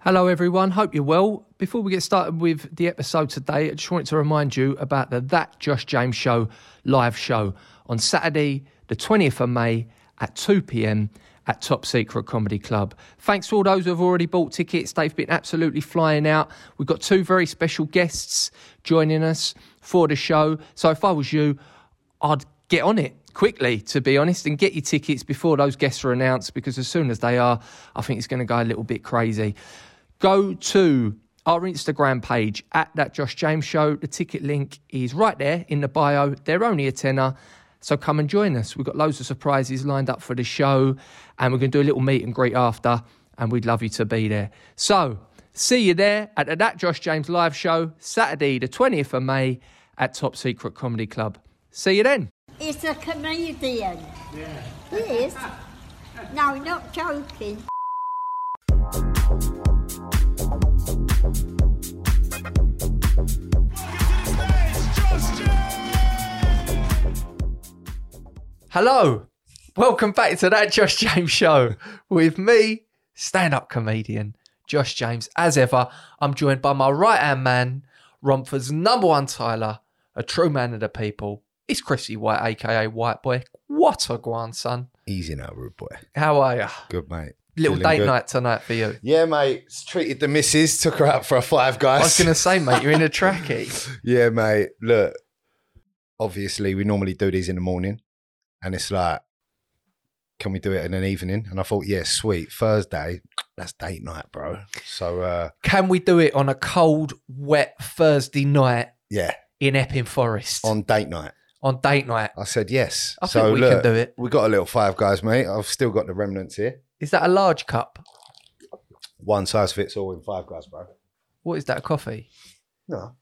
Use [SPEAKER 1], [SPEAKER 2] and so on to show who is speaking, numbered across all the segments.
[SPEAKER 1] Hello, everyone. Hope you're well. Before we get started with the episode today, I just wanted to remind you about the That Josh James Show live show on Saturday, the 20th of May at 2 pm at Top Secret Comedy Club. Thanks to all those who have already bought tickets. They've been absolutely flying out. We've got two very special guests joining us for the show. So if I was you, I'd get on it quickly, to be honest, and get your tickets before those guests are announced because as soon as they are, I think it's going to go a little bit crazy. Go to our Instagram page at that Josh James Show. The ticket link is right there in the bio. They're only a tenner. So come and join us. We've got loads of surprises lined up for the show, and we're going to do a little meet and greet after, and we'd love you to be there. So see you there at the That Josh James live show, Saturday, the 20th of May at Top Secret Comedy Club. See you then.
[SPEAKER 2] It's a comedian. Yeah. He is. No, not joking.
[SPEAKER 1] Hello. Welcome back to that Josh James show with me, stand up comedian Josh James. As ever, I'm joined by my right hand man, Romford's number one Tyler, a true man of the people. It's Chrissy White, aka White Boy. What a grandson.
[SPEAKER 3] Easy now, rude boy.
[SPEAKER 1] How are you?
[SPEAKER 3] Good mate.
[SPEAKER 1] Little
[SPEAKER 3] Feeling
[SPEAKER 1] date
[SPEAKER 3] good.
[SPEAKER 1] night tonight for you.
[SPEAKER 3] Yeah, mate. It's treated the missus. Took her out for a five
[SPEAKER 1] I
[SPEAKER 3] guys.
[SPEAKER 1] was going to say, mate, you're in a trackie.
[SPEAKER 3] yeah, mate. Look, obviously we normally do these in the morning, and it's like, can we do it in an evening? And I thought, yeah, sweet. Thursday, that's date night, bro. So uh,
[SPEAKER 1] Can we do it on a cold, wet Thursday night
[SPEAKER 3] yeah,
[SPEAKER 1] in Epping Forest on,
[SPEAKER 3] on date night.
[SPEAKER 1] date night?
[SPEAKER 3] I said yes.
[SPEAKER 1] I
[SPEAKER 3] so
[SPEAKER 1] think we
[SPEAKER 3] look,
[SPEAKER 1] can do it.
[SPEAKER 3] we got a little five guys, mate. I've still got the remnants here.
[SPEAKER 1] Is that a large cup?
[SPEAKER 3] One size fits all in five guys, bro.
[SPEAKER 1] What is that, a coffee?
[SPEAKER 3] No,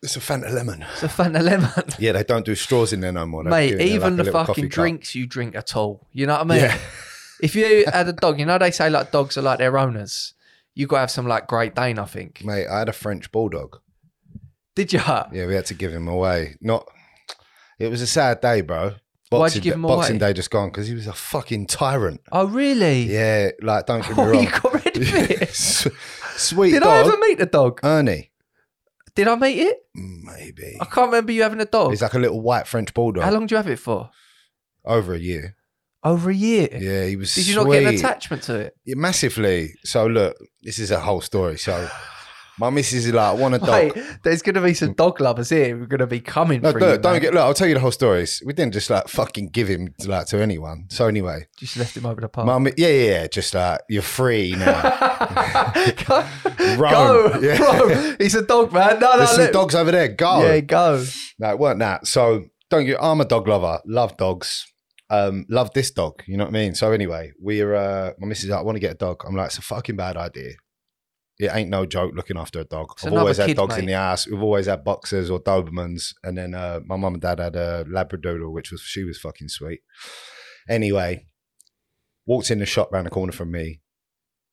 [SPEAKER 3] it's a Fanta lemon.
[SPEAKER 1] It's a Fanta lemon.
[SPEAKER 3] Yeah, they don't do straws in there no more. They do
[SPEAKER 1] Mate,
[SPEAKER 3] it in like
[SPEAKER 1] even
[SPEAKER 3] a
[SPEAKER 1] the
[SPEAKER 3] little coffee
[SPEAKER 1] fucking
[SPEAKER 3] cup.
[SPEAKER 1] drinks you drink at all. You know what I mean?
[SPEAKER 3] Yeah.
[SPEAKER 1] If you had a dog, you know they say like dogs are like their owners. You gotta have some like Great Dane, I think.
[SPEAKER 3] Mate, I had a French bulldog.
[SPEAKER 1] Did you?
[SPEAKER 3] Yeah, we had to give him away. Not. It was a sad day, bro.
[SPEAKER 1] Why'd you
[SPEAKER 3] Boxing-
[SPEAKER 1] give him
[SPEAKER 3] Boxing
[SPEAKER 1] away?
[SPEAKER 3] Day just gone because he was a fucking tyrant.
[SPEAKER 1] Oh really?
[SPEAKER 3] Yeah, like don't get me
[SPEAKER 1] Oh,
[SPEAKER 3] wrong.
[SPEAKER 1] you got rid of it.
[SPEAKER 3] S- Sweet
[SPEAKER 1] Did I
[SPEAKER 3] dog,
[SPEAKER 1] ever meet the dog?
[SPEAKER 3] Ernie.
[SPEAKER 1] Did I meet it?
[SPEAKER 3] Maybe
[SPEAKER 1] I can't remember you having a dog.
[SPEAKER 3] he's like a little white French bulldog.
[SPEAKER 1] How long do you have it for?
[SPEAKER 3] Over a year.
[SPEAKER 1] Over a year.
[SPEAKER 3] Yeah, he was.
[SPEAKER 1] Did you not get an
[SPEAKER 3] sweet.
[SPEAKER 1] attachment to it?
[SPEAKER 3] Yeah, massively. So look, this is a whole story. So my missus is like, want a dog.
[SPEAKER 1] Mate, there's gonna be some dog lovers here. We're gonna be coming
[SPEAKER 3] No,
[SPEAKER 1] for
[SPEAKER 3] look,
[SPEAKER 1] you.
[SPEAKER 3] don't
[SPEAKER 1] man.
[SPEAKER 3] get. Look, I'll tell you the whole story. It's- We didn't just like fucking give him like to anyone. So anyway,
[SPEAKER 1] Just left him over the park.
[SPEAKER 3] Mum, yeah, yeah, yeah, just like you're free now.
[SPEAKER 1] go,
[SPEAKER 3] Rome.
[SPEAKER 1] go,
[SPEAKER 3] Yeah.
[SPEAKER 1] Rome. He's a dog, man. No, no,
[SPEAKER 3] There's some
[SPEAKER 1] let-
[SPEAKER 3] dogs over there. Go.
[SPEAKER 1] Yeah, go.
[SPEAKER 3] No, it weren't that. So don't you? I'm a dog lover. Love dogs. Um, love this dog. You know what I mean. So anyway, we're uh, my missus. is like, I want to get a dog. I'm like, it's a fucking bad idea. It ain't no joke looking after a dog.
[SPEAKER 1] It's
[SPEAKER 3] I've
[SPEAKER 1] another
[SPEAKER 3] always had
[SPEAKER 1] kid,
[SPEAKER 3] dogs in
[SPEAKER 1] mate.
[SPEAKER 3] the ass. We've always had boxers or Dobermans, and then uh, my mum and dad had a Labradoodle, which was she was fucking sweet. Anyway, walked in the shop round the corner from me,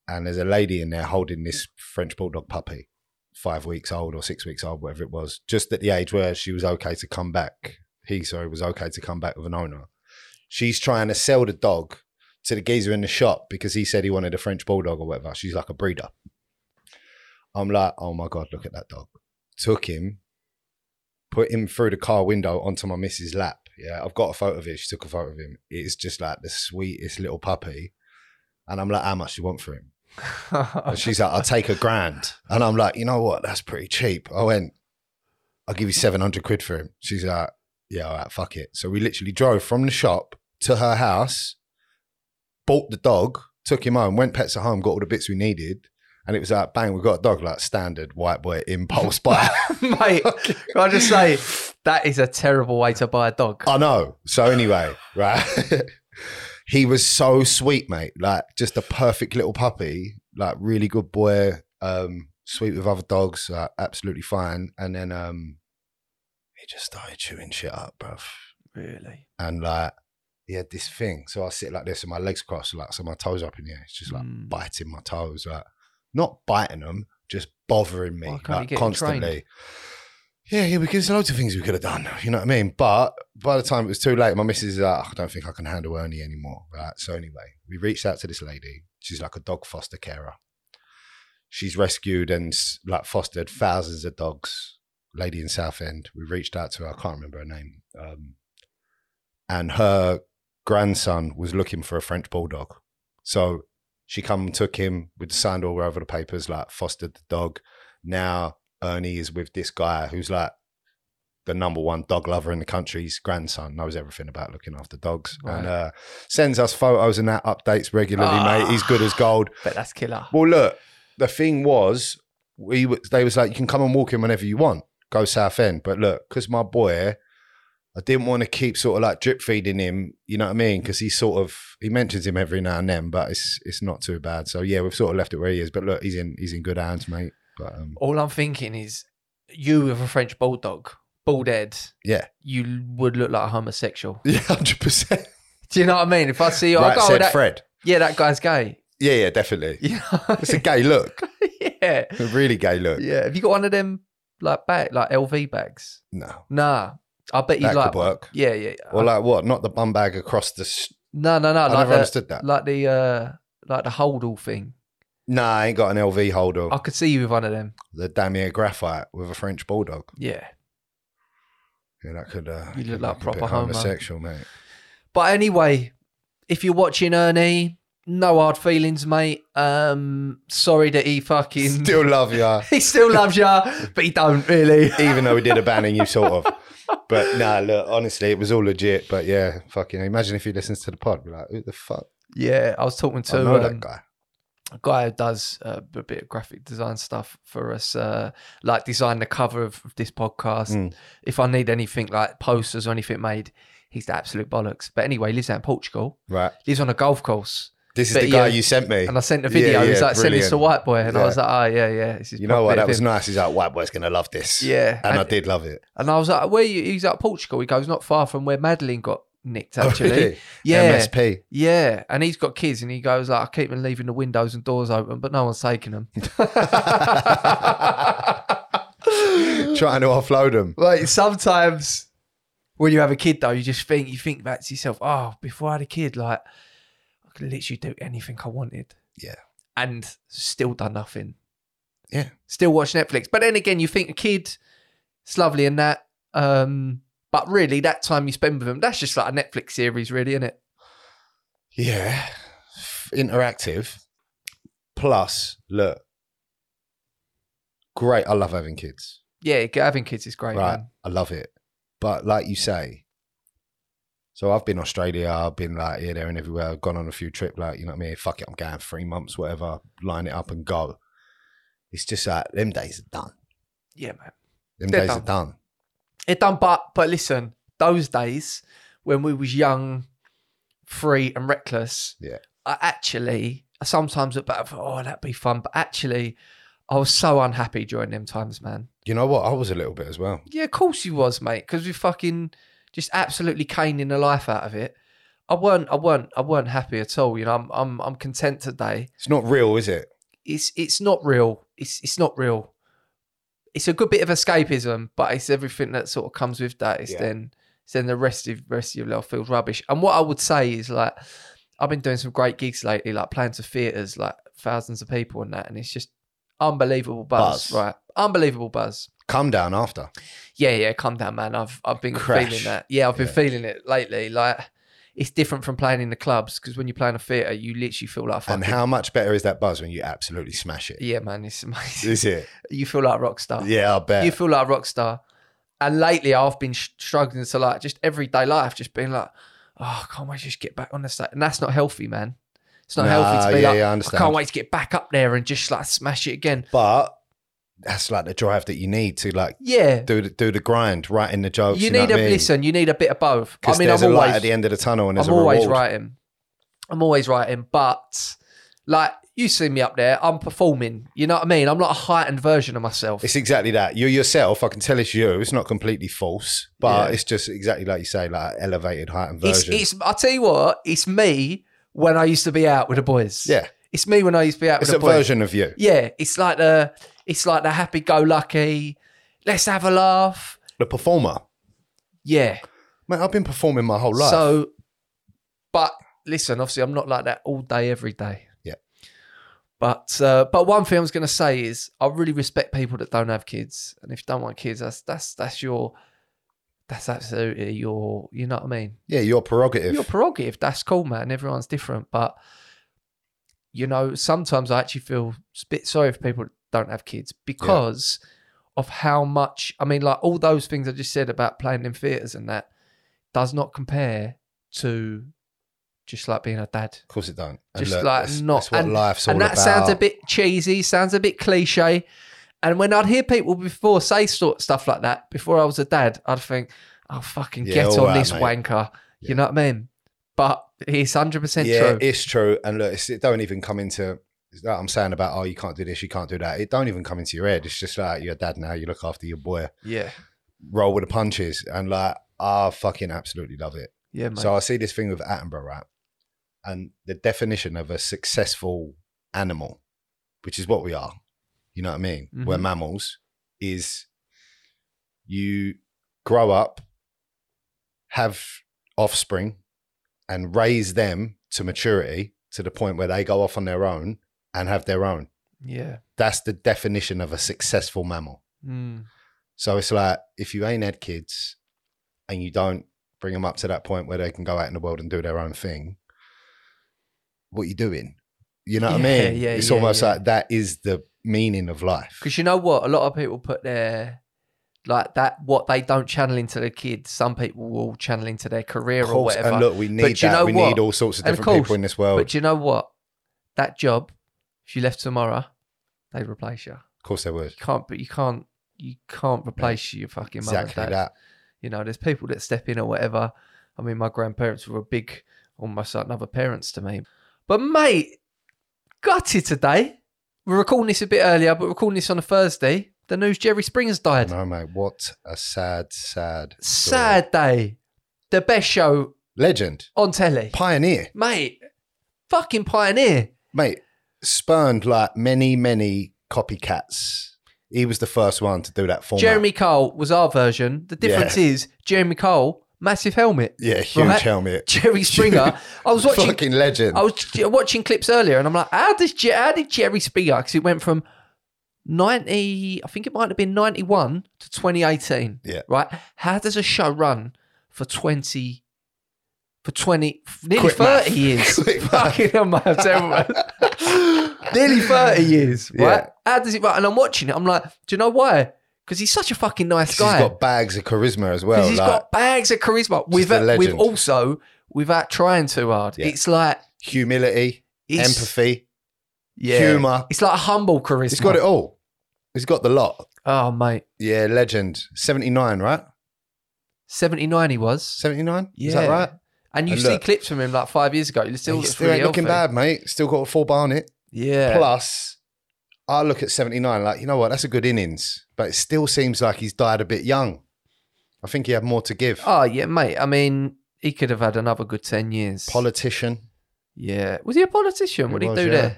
[SPEAKER 3] and there's a lady in there holding this French bulldog puppy, five weeks old or six weeks old, whatever it was, just at the age where she was okay to come back. He, sorry, was okay to come back with an owner. She's trying to sell the dog to the geezer in the shop because he said he wanted a French bulldog or whatever. She's like a breeder. I'm like, oh my God, look at that dog. Took him, put him through the car window onto my missus' lap. Yeah, I've got a photo of it. She took a photo of him. It is just like the sweetest little puppy. And I'm like, how much do you want for him? And she's like, I'll take a grand. And I'm like, you know what? That's pretty cheap. I went, I'll give you 700 quid for him. She's like, yeah, all right, fuck it. So we literally drove from the shop to her house, bought the dog, took him home, went pets at home, got all the bits we needed. And it was like, bang, we got a dog, like standard white boy impulse buy.
[SPEAKER 1] Mate, can I just say that is a terrible way to buy a dog.
[SPEAKER 3] I know. So anyway, right. he was so sweet, mate. Like just a perfect little puppy. Like really good boy. Um, sweet with other dogs. Like absolutely fine. And then um, he just started chewing shit up, bruv.
[SPEAKER 1] Really?
[SPEAKER 3] And like he had this thing. So I sit like this, and my legs crossed, like so my toes up in the air. It's just like
[SPEAKER 1] Mm.
[SPEAKER 3] biting my toes, like not biting them, just bothering me
[SPEAKER 1] Why can't you
[SPEAKER 3] like,
[SPEAKER 1] get him trained?
[SPEAKER 3] constantly. Yeah, yeah, because there's loads of things we could have done. You know what I mean? But by the time it was too late, my missus is like, "Oh, I don't think I can handle Ernie anymore. Right. So anyway, we reached out to this lady. She's like a dog foster carer. She's rescued and s- like fostered thousands of dogs. Lady in Southend. We reached out to her. I can't remember her name. Um, and her grandson was looking for a French bulldog. So she come and took him. We signed all over the papers, like fostered the dog. Now Ernie is with this guy who's like the number one dog lover in the country's grandson knows everything about looking after dogs
[SPEAKER 1] Right.
[SPEAKER 3] and uh, sends us photos and that updates regularly,
[SPEAKER 1] Ah.
[SPEAKER 3] mate. He's good as gold.
[SPEAKER 1] But that's killer.
[SPEAKER 3] Well, look, the thing was, we w- they was like, you can come and walk in whenever you want, go South End. But look, because my boy, I didn't want to keep sort of like drip feeding him. You know what I mean? Because he sort of he mentions him every now and then, but it's it's not too bad. So yeah, we've sort of left it where he is. But look, he's in he's in good hands, mate. But um,
[SPEAKER 1] All I'm thinking is you with a French bulldog, bald head.
[SPEAKER 3] Yeah.
[SPEAKER 1] You l- would look like a homosexual.
[SPEAKER 3] yeah, hundred percent.
[SPEAKER 1] Do you know what I mean? If I see you, I'll
[SPEAKER 3] Right,
[SPEAKER 1] go, "Oh,
[SPEAKER 3] said
[SPEAKER 1] that,
[SPEAKER 3] Fred.
[SPEAKER 1] yeah, that guy's gay.
[SPEAKER 3] Yeah, yeah, definitely.
[SPEAKER 1] You know?
[SPEAKER 3] It's a gay look,
[SPEAKER 1] yeah.
[SPEAKER 3] a really gay look.
[SPEAKER 1] Yeah. Have you got one of them like bag, like LV bags?
[SPEAKER 3] No,
[SPEAKER 1] Nah. I bet you
[SPEAKER 3] that
[SPEAKER 1] like.
[SPEAKER 3] could work.
[SPEAKER 1] Yeah, yeah.
[SPEAKER 3] Or like what? Not the bum bag across the. s
[SPEAKER 1] no, no, no.
[SPEAKER 3] I
[SPEAKER 1] Like
[SPEAKER 3] never
[SPEAKER 1] the,
[SPEAKER 3] understood that.
[SPEAKER 1] like the uh like the hold all thing.
[SPEAKER 3] Nah, I ain't got an LV holder.
[SPEAKER 1] I could see you with one of them.
[SPEAKER 3] the Damier Graphite with a French bulldog.
[SPEAKER 1] Yeah.
[SPEAKER 3] Yeah, that could. Uh,
[SPEAKER 1] You look
[SPEAKER 3] could
[SPEAKER 1] like
[SPEAKER 3] make a bit
[SPEAKER 1] proper homo.
[SPEAKER 3] homosexual, mate.
[SPEAKER 1] But anyway, if you're watching Ernie, no hard feelings, mate. Um sorry that he fucking
[SPEAKER 3] Still love ya,
[SPEAKER 1] he still loves you, but he don't really.
[SPEAKER 3] even though we did a banning you sort of. But nah, look, honestly, it was all legit. But yeah, fucking. Imagine if he listens to the pod, be like, who the fuck?
[SPEAKER 1] Yeah, I was talking to
[SPEAKER 3] I know
[SPEAKER 1] um,
[SPEAKER 3] that guy.
[SPEAKER 1] a guy who does uh, a bit of graphic design stuff for us, uh, like design the cover of this podcast.
[SPEAKER 3] Mm.
[SPEAKER 1] If I need anything like posters or anything made, he's the absolute bollocks. But anyway, he lives out in Portugal,
[SPEAKER 3] Right.
[SPEAKER 1] lives on a golf course.
[SPEAKER 3] This is
[SPEAKER 1] But
[SPEAKER 3] the guy
[SPEAKER 1] yeah,
[SPEAKER 3] you sent me.
[SPEAKER 1] And I sent a
[SPEAKER 3] Yeah,
[SPEAKER 1] video. he's
[SPEAKER 3] yeah,
[SPEAKER 1] like, send this to White
[SPEAKER 3] brilliant.
[SPEAKER 1] Boy. And I
[SPEAKER 3] Yeah.
[SPEAKER 1] was like, oh, yeah, yeah. This is
[SPEAKER 3] You know what? That was
[SPEAKER 1] not.
[SPEAKER 3] nice. He's like, white boy's gonna love this.
[SPEAKER 1] Yeah.
[SPEAKER 3] And, I
[SPEAKER 1] And,
[SPEAKER 3] did love it.
[SPEAKER 1] and I was like, where you? He's like, Portugal. He goes, not far from where Madeline got nicked, actually.
[SPEAKER 3] Oh, really?
[SPEAKER 1] Yeah.
[SPEAKER 3] MSP.
[SPEAKER 1] Yeah, and he's got kids, and he goes like, "I keep them leaving the windows and doors open, but no one's taking them."
[SPEAKER 3] Trying to offload him.
[SPEAKER 1] like sometimes when you have a kid, though, you just think you think back to yourself, "Oh, before I had a kid, like I could literally do anything I wanted."
[SPEAKER 3] Yeah.
[SPEAKER 1] and still done nothing.
[SPEAKER 3] Yeah.
[SPEAKER 1] still watch Netflix. But then again, you think a kid, it's lovely and that, um, but really, that time you spend with them, that's just like a Netflix series, really, isn't it?
[SPEAKER 3] Yeah. F- Interactive. Plus, look. Great. I love having kids.
[SPEAKER 1] Yeah, having kids is great.
[SPEAKER 3] Right.
[SPEAKER 1] man.
[SPEAKER 3] I love it. But like you say, so I've been Australia, I've been like here, there, and everywhere. I've gone on a few trip, like, you know what I mean? Fuck it, I'm going three months, whatever, line it up and go. It's just like them days are done.
[SPEAKER 1] Yeah, man.
[SPEAKER 3] Them
[SPEAKER 1] They're
[SPEAKER 3] days are done.
[SPEAKER 1] It done, but but listen, those days when we was young, free and reckless,
[SPEAKER 3] Yeah.
[SPEAKER 1] I actually I sometimes look back and think, oh, that'd be fun, but actually, I was so unhappy during them times, man.
[SPEAKER 3] You know what? I was a little bit as well.
[SPEAKER 1] Yeah, of course you was, mate, because we fucking just absolutely caning the life out of it. I weren't, I weren't, I weren't happy at all. You know, I'm, I'm, I'm content today.
[SPEAKER 3] It's not real, is it?
[SPEAKER 1] It's, it's not real. It's, it's not real. It's a good bit of escapism, but it's everything that sort of comes with that. It's
[SPEAKER 3] Yeah.
[SPEAKER 1] then, it's then the rest of rest of your life feels rubbish. And what I would say is like, I've been doing some great gigs lately, like playing to theaters, like thousands of people and that, and it's just unbelievable buzz.
[SPEAKER 3] Buzz.
[SPEAKER 1] right? Unbelievable buzz.
[SPEAKER 3] Come down after.
[SPEAKER 1] Yeah, yeah, calm down, man. I've I've been
[SPEAKER 3] Crash.
[SPEAKER 1] feeling that. Yeah, I've been
[SPEAKER 3] Yeah.
[SPEAKER 1] feeling it lately. Like it's different from playing in the clubs because when you play in a theatre, you literally feel like fucking.
[SPEAKER 3] And how much better is that buzz when you absolutely smash it?
[SPEAKER 1] yeah, man, it's amazing.
[SPEAKER 3] Is it?
[SPEAKER 1] you feel like a rock star.
[SPEAKER 3] Yeah, I bet.
[SPEAKER 1] you feel like a rock star. And lately, I've been sh- struggling to like just everyday life, just being like, oh, I can't wait to just get back on the stage, and that's not healthy, man. It's not healthy to be
[SPEAKER 3] yeah,
[SPEAKER 1] like,
[SPEAKER 3] yeah, I
[SPEAKER 1] I
[SPEAKER 3] understand.
[SPEAKER 1] can't wait to get back up there and just like smash it again.
[SPEAKER 3] But that's like the drive that you need to like
[SPEAKER 1] Yeah,
[SPEAKER 3] do the, do the grind, writing the jokes.
[SPEAKER 1] you
[SPEAKER 3] You, know
[SPEAKER 1] need
[SPEAKER 3] what
[SPEAKER 1] a
[SPEAKER 3] I mean?
[SPEAKER 1] listen. You need a bit of both. I
[SPEAKER 3] Because
[SPEAKER 1] mean, I'm
[SPEAKER 3] there's
[SPEAKER 1] always
[SPEAKER 3] a light at the end of the tunnel, and there's
[SPEAKER 1] I'm
[SPEAKER 3] a
[SPEAKER 1] always
[SPEAKER 3] reward.
[SPEAKER 1] writing. I'm always writing, but like you see me up there, I'm performing. You know what I mean? I'm not a heightened version of myself.
[SPEAKER 3] It's exactly that. You yourself, I can tell it's you. It's not completely false, but
[SPEAKER 1] Yeah.
[SPEAKER 3] it's just exactly like you say, like elevated heightened
[SPEAKER 1] it's,
[SPEAKER 3] version.
[SPEAKER 1] it's. I tell you what, it's me when I used to be out with the boys.
[SPEAKER 3] yeah,
[SPEAKER 1] it's me when I used to be out
[SPEAKER 3] it's
[SPEAKER 1] with
[SPEAKER 3] a
[SPEAKER 1] the boys.
[SPEAKER 3] version of you.
[SPEAKER 1] Yeah, it's like the, it's like the happy-go-lucky. Let's have a laugh.
[SPEAKER 3] The performer.
[SPEAKER 1] Yeah.
[SPEAKER 3] Man, I've been performing my whole life.
[SPEAKER 1] So, but listen, obviously, I'm not like that all day, every day.
[SPEAKER 3] Yeah.
[SPEAKER 1] But uh, but one thing I was going to say is I really respect people that don't have kids, and if you don't want kids, that's that's that's your that's absolutely your you know what I mean.
[SPEAKER 3] Yeah, your prerogative.
[SPEAKER 1] Your prerogative. That's cool, man. Everyone's different, but you know sometimes I actually feel a bit sorry for people that don't have kids because of how much I mean, like all those things I just said about playing in theaters and that does not compare to just like being a dad.
[SPEAKER 3] of course it don't.
[SPEAKER 1] Just like
[SPEAKER 3] that's,
[SPEAKER 1] not-
[SPEAKER 3] that's what
[SPEAKER 1] and-
[SPEAKER 3] life's all
[SPEAKER 1] and that
[SPEAKER 3] about.
[SPEAKER 1] sounds a bit cheesy, sounds a bit cliche. And when I'd hear people before say sort stuff like that, before I was a dad, I'd think, "Oh, fucking
[SPEAKER 3] Yeah,
[SPEAKER 1] get
[SPEAKER 3] all
[SPEAKER 1] on
[SPEAKER 3] right,
[SPEAKER 1] this
[SPEAKER 3] mate."
[SPEAKER 1] wanker."
[SPEAKER 3] Yeah.
[SPEAKER 1] You know what I mean? But it's hundred percent
[SPEAKER 3] yeah,
[SPEAKER 1] true.
[SPEAKER 3] it's true. And look, it's, it don't even come into it's that I'm saying about oh you can't do this, you can't do that. It don't even come into your head. It's just like you're a dad now. You look after your boy.
[SPEAKER 1] yeah,
[SPEAKER 3] Roll with the punches, and like I fucking absolutely love it.
[SPEAKER 1] yeah, mate.
[SPEAKER 3] So I see this thing with Attenborough, right? And the definition of a successful animal, which is what we are, you know what I mean? We're
[SPEAKER 1] Mhm.
[SPEAKER 3] mammals, is you grow up, have offspring, and raise them to maturity to the point where they go off on their own and have their own.
[SPEAKER 1] yeah,
[SPEAKER 3] That's the definition of a successful mammal.
[SPEAKER 1] Mm.
[SPEAKER 3] So it's like if you ain't had kids and you don't bring them up to that point where they can go out in the world and do their own thing, what you doing? You know what
[SPEAKER 1] Yeah,
[SPEAKER 3] I mean?
[SPEAKER 1] yeah,
[SPEAKER 3] it's
[SPEAKER 1] yeah,
[SPEAKER 3] almost
[SPEAKER 1] yeah.
[SPEAKER 3] like that is the meaning of life.
[SPEAKER 1] Because you know what? A lot of people put their like that what they don't channel into their kids. Some people will channel into their career
[SPEAKER 3] Of
[SPEAKER 1] or
[SPEAKER 3] course,
[SPEAKER 1] whatever.
[SPEAKER 3] and look, oh. we need
[SPEAKER 1] you
[SPEAKER 3] that.
[SPEAKER 1] know
[SPEAKER 3] we
[SPEAKER 1] what?
[SPEAKER 3] need all sorts of
[SPEAKER 1] And of
[SPEAKER 3] different
[SPEAKER 1] course,
[SPEAKER 3] people in this world.
[SPEAKER 1] But do you know what? That job, if you left tomorrow, they'd replace you.
[SPEAKER 3] of course, there was
[SPEAKER 1] You can't, but you can't, you can't replace your fucking mum
[SPEAKER 3] exactly
[SPEAKER 1] and dad.
[SPEAKER 3] that.
[SPEAKER 1] You know, there's people that step in or whatever. I mean, my grandparents were a big, almost like another parents to me. But mate, got it today. We're recording this a bit earlier, but we're recording this on a Thursday. The news: Jerry Springer's died.
[SPEAKER 3] Oh, No, mate. What a sad, sad, story.
[SPEAKER 1] Sad day. The best show
[SPEAKER 3] legend,
[SPEAKER 1] on telly,
[SPEAKER 3] pioneer,
[SPEAKER 1] mate. Fucking pioneer.
[SPEAKER 3] mate. Spurned like many, many copycats. He was the first one to do that format.
[SPEAKER 1] Jeremy Cole was our version. The difference is Jeremy Cole, massive helmet.
[SPEAKER 3] yeah, huge
[SPEAKER 1] Right.
[SPEAKER 3] helmet.
[SPEAKER 1] Jerry Springer. I was watching.
[SPEAKER 3] fucking legend.
[SPEAKER 1] I was j- watching clips earlier, and I'm like, how does Je- how did Jerry Springer? Because it went from ninety, I think it might have been ninety one to 2018.
[SPEAKER 3] Yeah.
[SPEAKER 1] Right. How does a show run for twenty? For twenty, nearly
[SPEAKER 3] Quick
[SPEAKER 1] thirty
[SPEAKER 3] math.
[SPEAKER 1] years,
[SPEAKER 3] Quick math.
[SPEAKER 1] fucking hell, man, I'm terrible, man. nearly thirty years, right?
[SPEAKER 3] Yeah.
[SPEAKER 1] How does it run? And I'm watching it. I'm like, do you know why? Because he's such a fucking nice
[SPEAKER 3] He's
[SPEAKER 1] guy.
[SPEAKER 3] got bags of charisma as well.
[SPEAKER 1] Because he's
[SPEAKER 3] like,
[SPEAKER 1] got bags of charisma. With
[SPEAKER 3] a legend.
[SPEAKER 1] with also without trying too hard.
[SPEAKER 3] Yeah.
[SPEAKER 1] It's like
[SPEAKER 3] humility,
[SPEAKER 1] it's,
[SPEAKER 3] empathy,
[SPEAKER 1] yeah.
[SPEAKER 3] humor.
[SPEAKER 1] It's like a humble charisma.
[SPEAKER 3] He's got it all. He's got the lot.
[SPEAKER 1] Oh mate,
[SPEAKER 3] Yeah, legend. 79, right?
[SPEAKER 1] seventy nine he was.
[SPEAKER 3] 79?
[SPEAKER 1] Yeah,
[SPEAKER 3] Is that right?
[SPEAKER 1] And you
[SPEAKER 3] And
[SPEAKER 1] see
[SPEAKER 3] look-
[SPEAKER 1] clips from him like five years ago. You still
[SPEAKER 3] he's
[SPEAKER 1] looks
[SPEAKER 3] still
[SPEAKER 1] really
[SPEAKER 3] ain't looking
[SPEAKER 1] healthy.
[SPEAKER 3] bad, mate. Still got a full bar on it.
[SPEAKER 1] Yeah,
[SPEAKER 3] Plus, I look at 79, like, you know what? That's a good innings, but it still seems like he's died a bit young. I think he had more to give.
[SPEAKER 1] Oh yeah, mate. I mean, he could have had another good ten years.
[SPEAKER 3] Politician.
[SPEAKER 1] yeah. Was he a politician? What did he
[SPEAKER 3] was,
[SPEAKER 1] do
[SPEAKER 3] yeah.
[SPEAKER 1] there?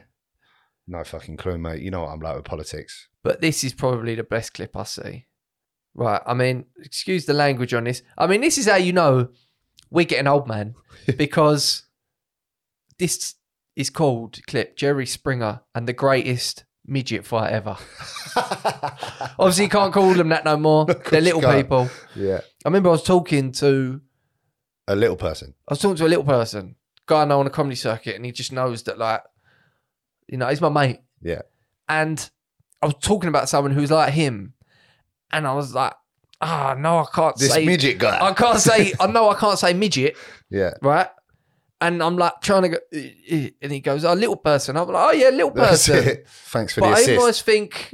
[SPEAKER 3] No fucking clue, mate. You know what I'm like with politics.
[SPEAKER 1] but this is probably the best clip I see. Right, I mean, excuse the language on this. I mean, this is how you know we're getting old, man, because this is called clip Jerry Springer and the greatest midget fight ever. Obviously, you can't call them that no more.
[SPEAKER 3] Of course
[SPEAKER 1] They're
[SPEAKER 3] you
[SPEAKER 1] little
[SPEAKER 3] can't.
[SPEAKER 1] people.
[SPEAKER 3] yeah.
[SPEAKER 1] I remember I was talking to
[SPEAKER 3] A little person.
[SPEAKER 1] I was talking to a little person, guy I know on the comedy circuit, and he just knows that, like, you know, he's my mate.
[SPEAKER 3] Yeah.
[SPEAKER 1] And I was talking about someone who's like him, and I was like, ah, no, I can't
[SPEAKER 3] This
[SPEAKER 1] say,
[SPEAKER 3] midget guy.
[SPEAKER 1] I can't say, I know I can't say midget,
[SPEAKER 3] yeah.
[SPEAKER 1] right? And I'm like trying to go, "Eh, eh," and he goes, oh, little person. I'm like, oh yeah, little
[SPEAKER 3] That's
[SPEAKER 1] person.
[SPEAKER 3] it. Thanks for
[SPEAKER 1] But
[SPEAKER 3] the
[SPEAKER 1] I
[SPEAKER 3] assist.
[SPEAKER 1] always think,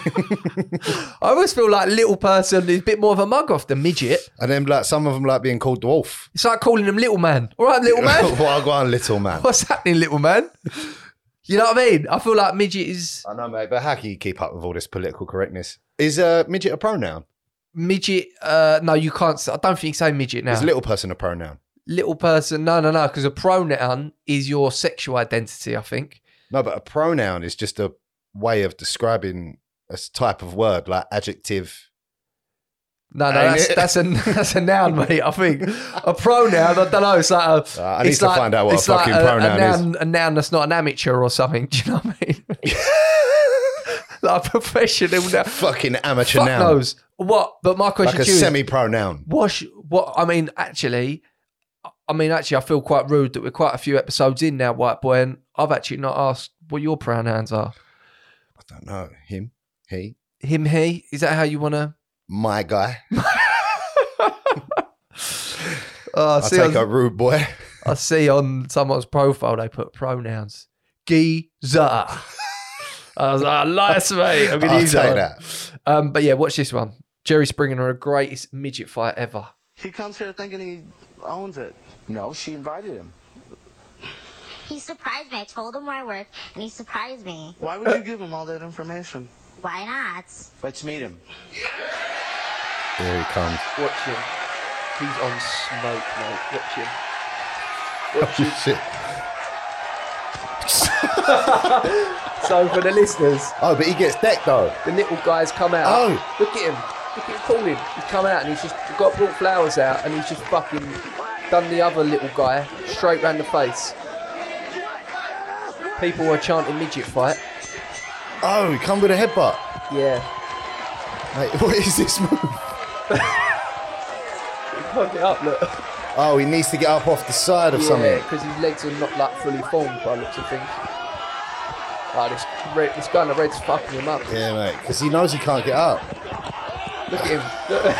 [SPEAKER 1] I always feel like little person is a bit more of a mug off than midget.
[SPEAKER 3] and then like some of them like being called dwarf.
[SPEAKER 1] It's like calling him little man. All right, little man.
[SPEAKER 3] well, go on, little man.
[SPEAKER 1] What's happening, little man? You know what I mean? I feel like midget is
[SPEAKER 3] I know, mate, but how can you keep up with all this political correctness? Is uh, midget a pronoun?
[SPEAKER 1] midget. Uh, no, you can't. s- I don't think you can say midget now.
[SPEAKER 3] Is little person a pronoun?
[SPEAKER 1] little person. No, no, no. Because a pronoun is your sexual identity. I think.
[SPEAKER 3] No, but a pronoun is just a way of describing a s- type of word, like adjective,
[SPEAKER 1] No, no,
[SPEAKER 3] Ain't
[SPEAKER 1] that's,
[SPEAKER 3] it?
[SPEAKER 1] that's a that's a noun, mate. I think a pronoun. I don't know. It's like a.
[SPEAKER 3] Uh, I need
[SPEAKER 1] it's
[SPEAKER 3] to
[SPEAKER 1] like-
[SPEAKER 3] find out what a
[SPEAKER 1] it's like
[SPEAKER 3] fucking pronoun
[SPEAKER 1] a
[SPEAKER 3] is.
[SPEAKER 1] noun, A noun that's not an amateur or something. Do you know what I mean? like a professional. Noun.
[SPEAKER 3] Fucking amateur
[SPEAKER 1] Fuck
[SPEAKER 3] noun.
[SPEAKER 1] knows what. But my question
[SPEAKER 3] Like a
[SPEAKER 1] to you is,
[SPEAKER 3] semi pronoun.
[SPEAKER 1] what, sh- what I mean, actually, I mean, actually, I feel quite rude that we're quite a few episodes in now, White Boy, and I've actually not asked what your pronouns are.
[SPEAKER 3] I don't know. Him, he,
[SPEAKER 1] Him, he? Is that how you want to?
[SPEAKER 3] my guy.
[SPEAKER 1] Uh,
[SPEAKER 3] I
[SPEAKER 1] see on,
[SPEAKER 3] take a rude boy.
[SPEAKER 1] I see on someone's profile they put pronouns. Geezer. I was like, nice, mate. I'm going to
[SPEAKER 3] I'll
[SPEAKER 1] use
[SPEAKER 3] take
[SPEAKER 1] that. one.
[SPEAKER 3] that.
[SPEAKER 1] Um, but yeah, watch this one. Jerry Springer, a greatest midget fight ever.
[SPEAKER 4] He comes here thinking he owns it. No, she invited him.
[SPEAKER 5] He surprised me. I told him where I work, and he surprised me.
[SPEAKER 4] Why would you give him all that information?
[SPEAKER 5] Why not?
[SPEAKER 4] Let's meet him.
[SPEAKER 3] Here he comes.
[SPEAKER 1] Watch him. He's on smoke, mate. Watch him.
[SPEAKER 3] Oh, shit.
[SPEAKER 1] So for the listeners,
[SPEAKER 3] Oh, but he gets decked though.
[SPEAKER 1] the little guy's come out.
[SPEAKER 3] Oh.
[SPEAKER 1] Look at him. Look at him calling. He's come out and he's just got brought flowers out and he's just fucking done the other little guy straight round the face. People are chanting midget fight.
[SPEAKER 3] Oh, he come with a headbutt.
[SPEAKER 1] Yeah.
[SPEAKER 3] Mate, what is this move?
[SPEAKER 1] Can't get up, look.
[SPEAKER 3] Oh, he needs to get up off the side of
[SPEAKER 1] Yeah,
[SPEAKER 3] something.
[SPEAKER 1] because his legs are not like fully formed by the looks of things. Ah, this red, this guy in the red's fucking him up.
[SPEAKER 3] Yeah, mate, because he knows he can't get up.
[SPEAKER 1] Look at him. Look.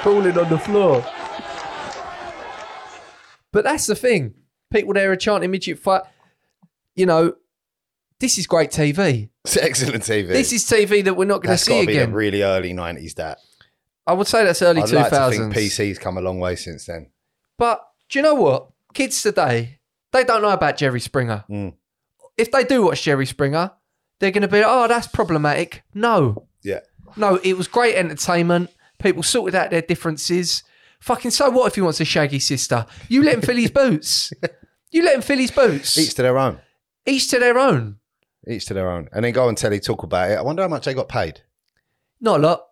[SPEAKER 1] Crawling on the floor. But that's the thing. People there are chanting midget fight. You know, this is great TV.
[SPEAKER 3] It's excellent TV.
[SPEAKER 1] This is TV that we're not going to
[SPEAKER 3] That's got
[SPEAKER 1] see
[SPEAKER 3] to be the
[SPEAKER 1] again.
[SPEAKER 3] really early 90s, that.
[SPEAKER 1] I would say that's early
[SPEAKER 3] I'd
[SPEAKER 1] 2000s.
[SPEAKER 3] like to think PC's come a long way since then.
[SPEAKER 1] But do you know what? Kids today, they don't know about Jerry Springer.
[SPEAKER 3] Mm.
[SPEAKER 1] If they do watch Jerry Springer, they're going to be, oh, that's problematic. No,
[SPEAKER 3] Yeah.
[SPEAKER 1] no, it was great entertainment. People sorted out their differences. Fucking so what if he wants a shaggy sister? You let him fill his boots. You let him fill his boots.
[SPEAKER 3] Each to their own.
[SPEAKER 1] Each to their own.
[SPEAKER 3] Each to their own. And then go and tell you talk about it. I wonder how much they got paid.
[SPEAKER 1] Not a lot.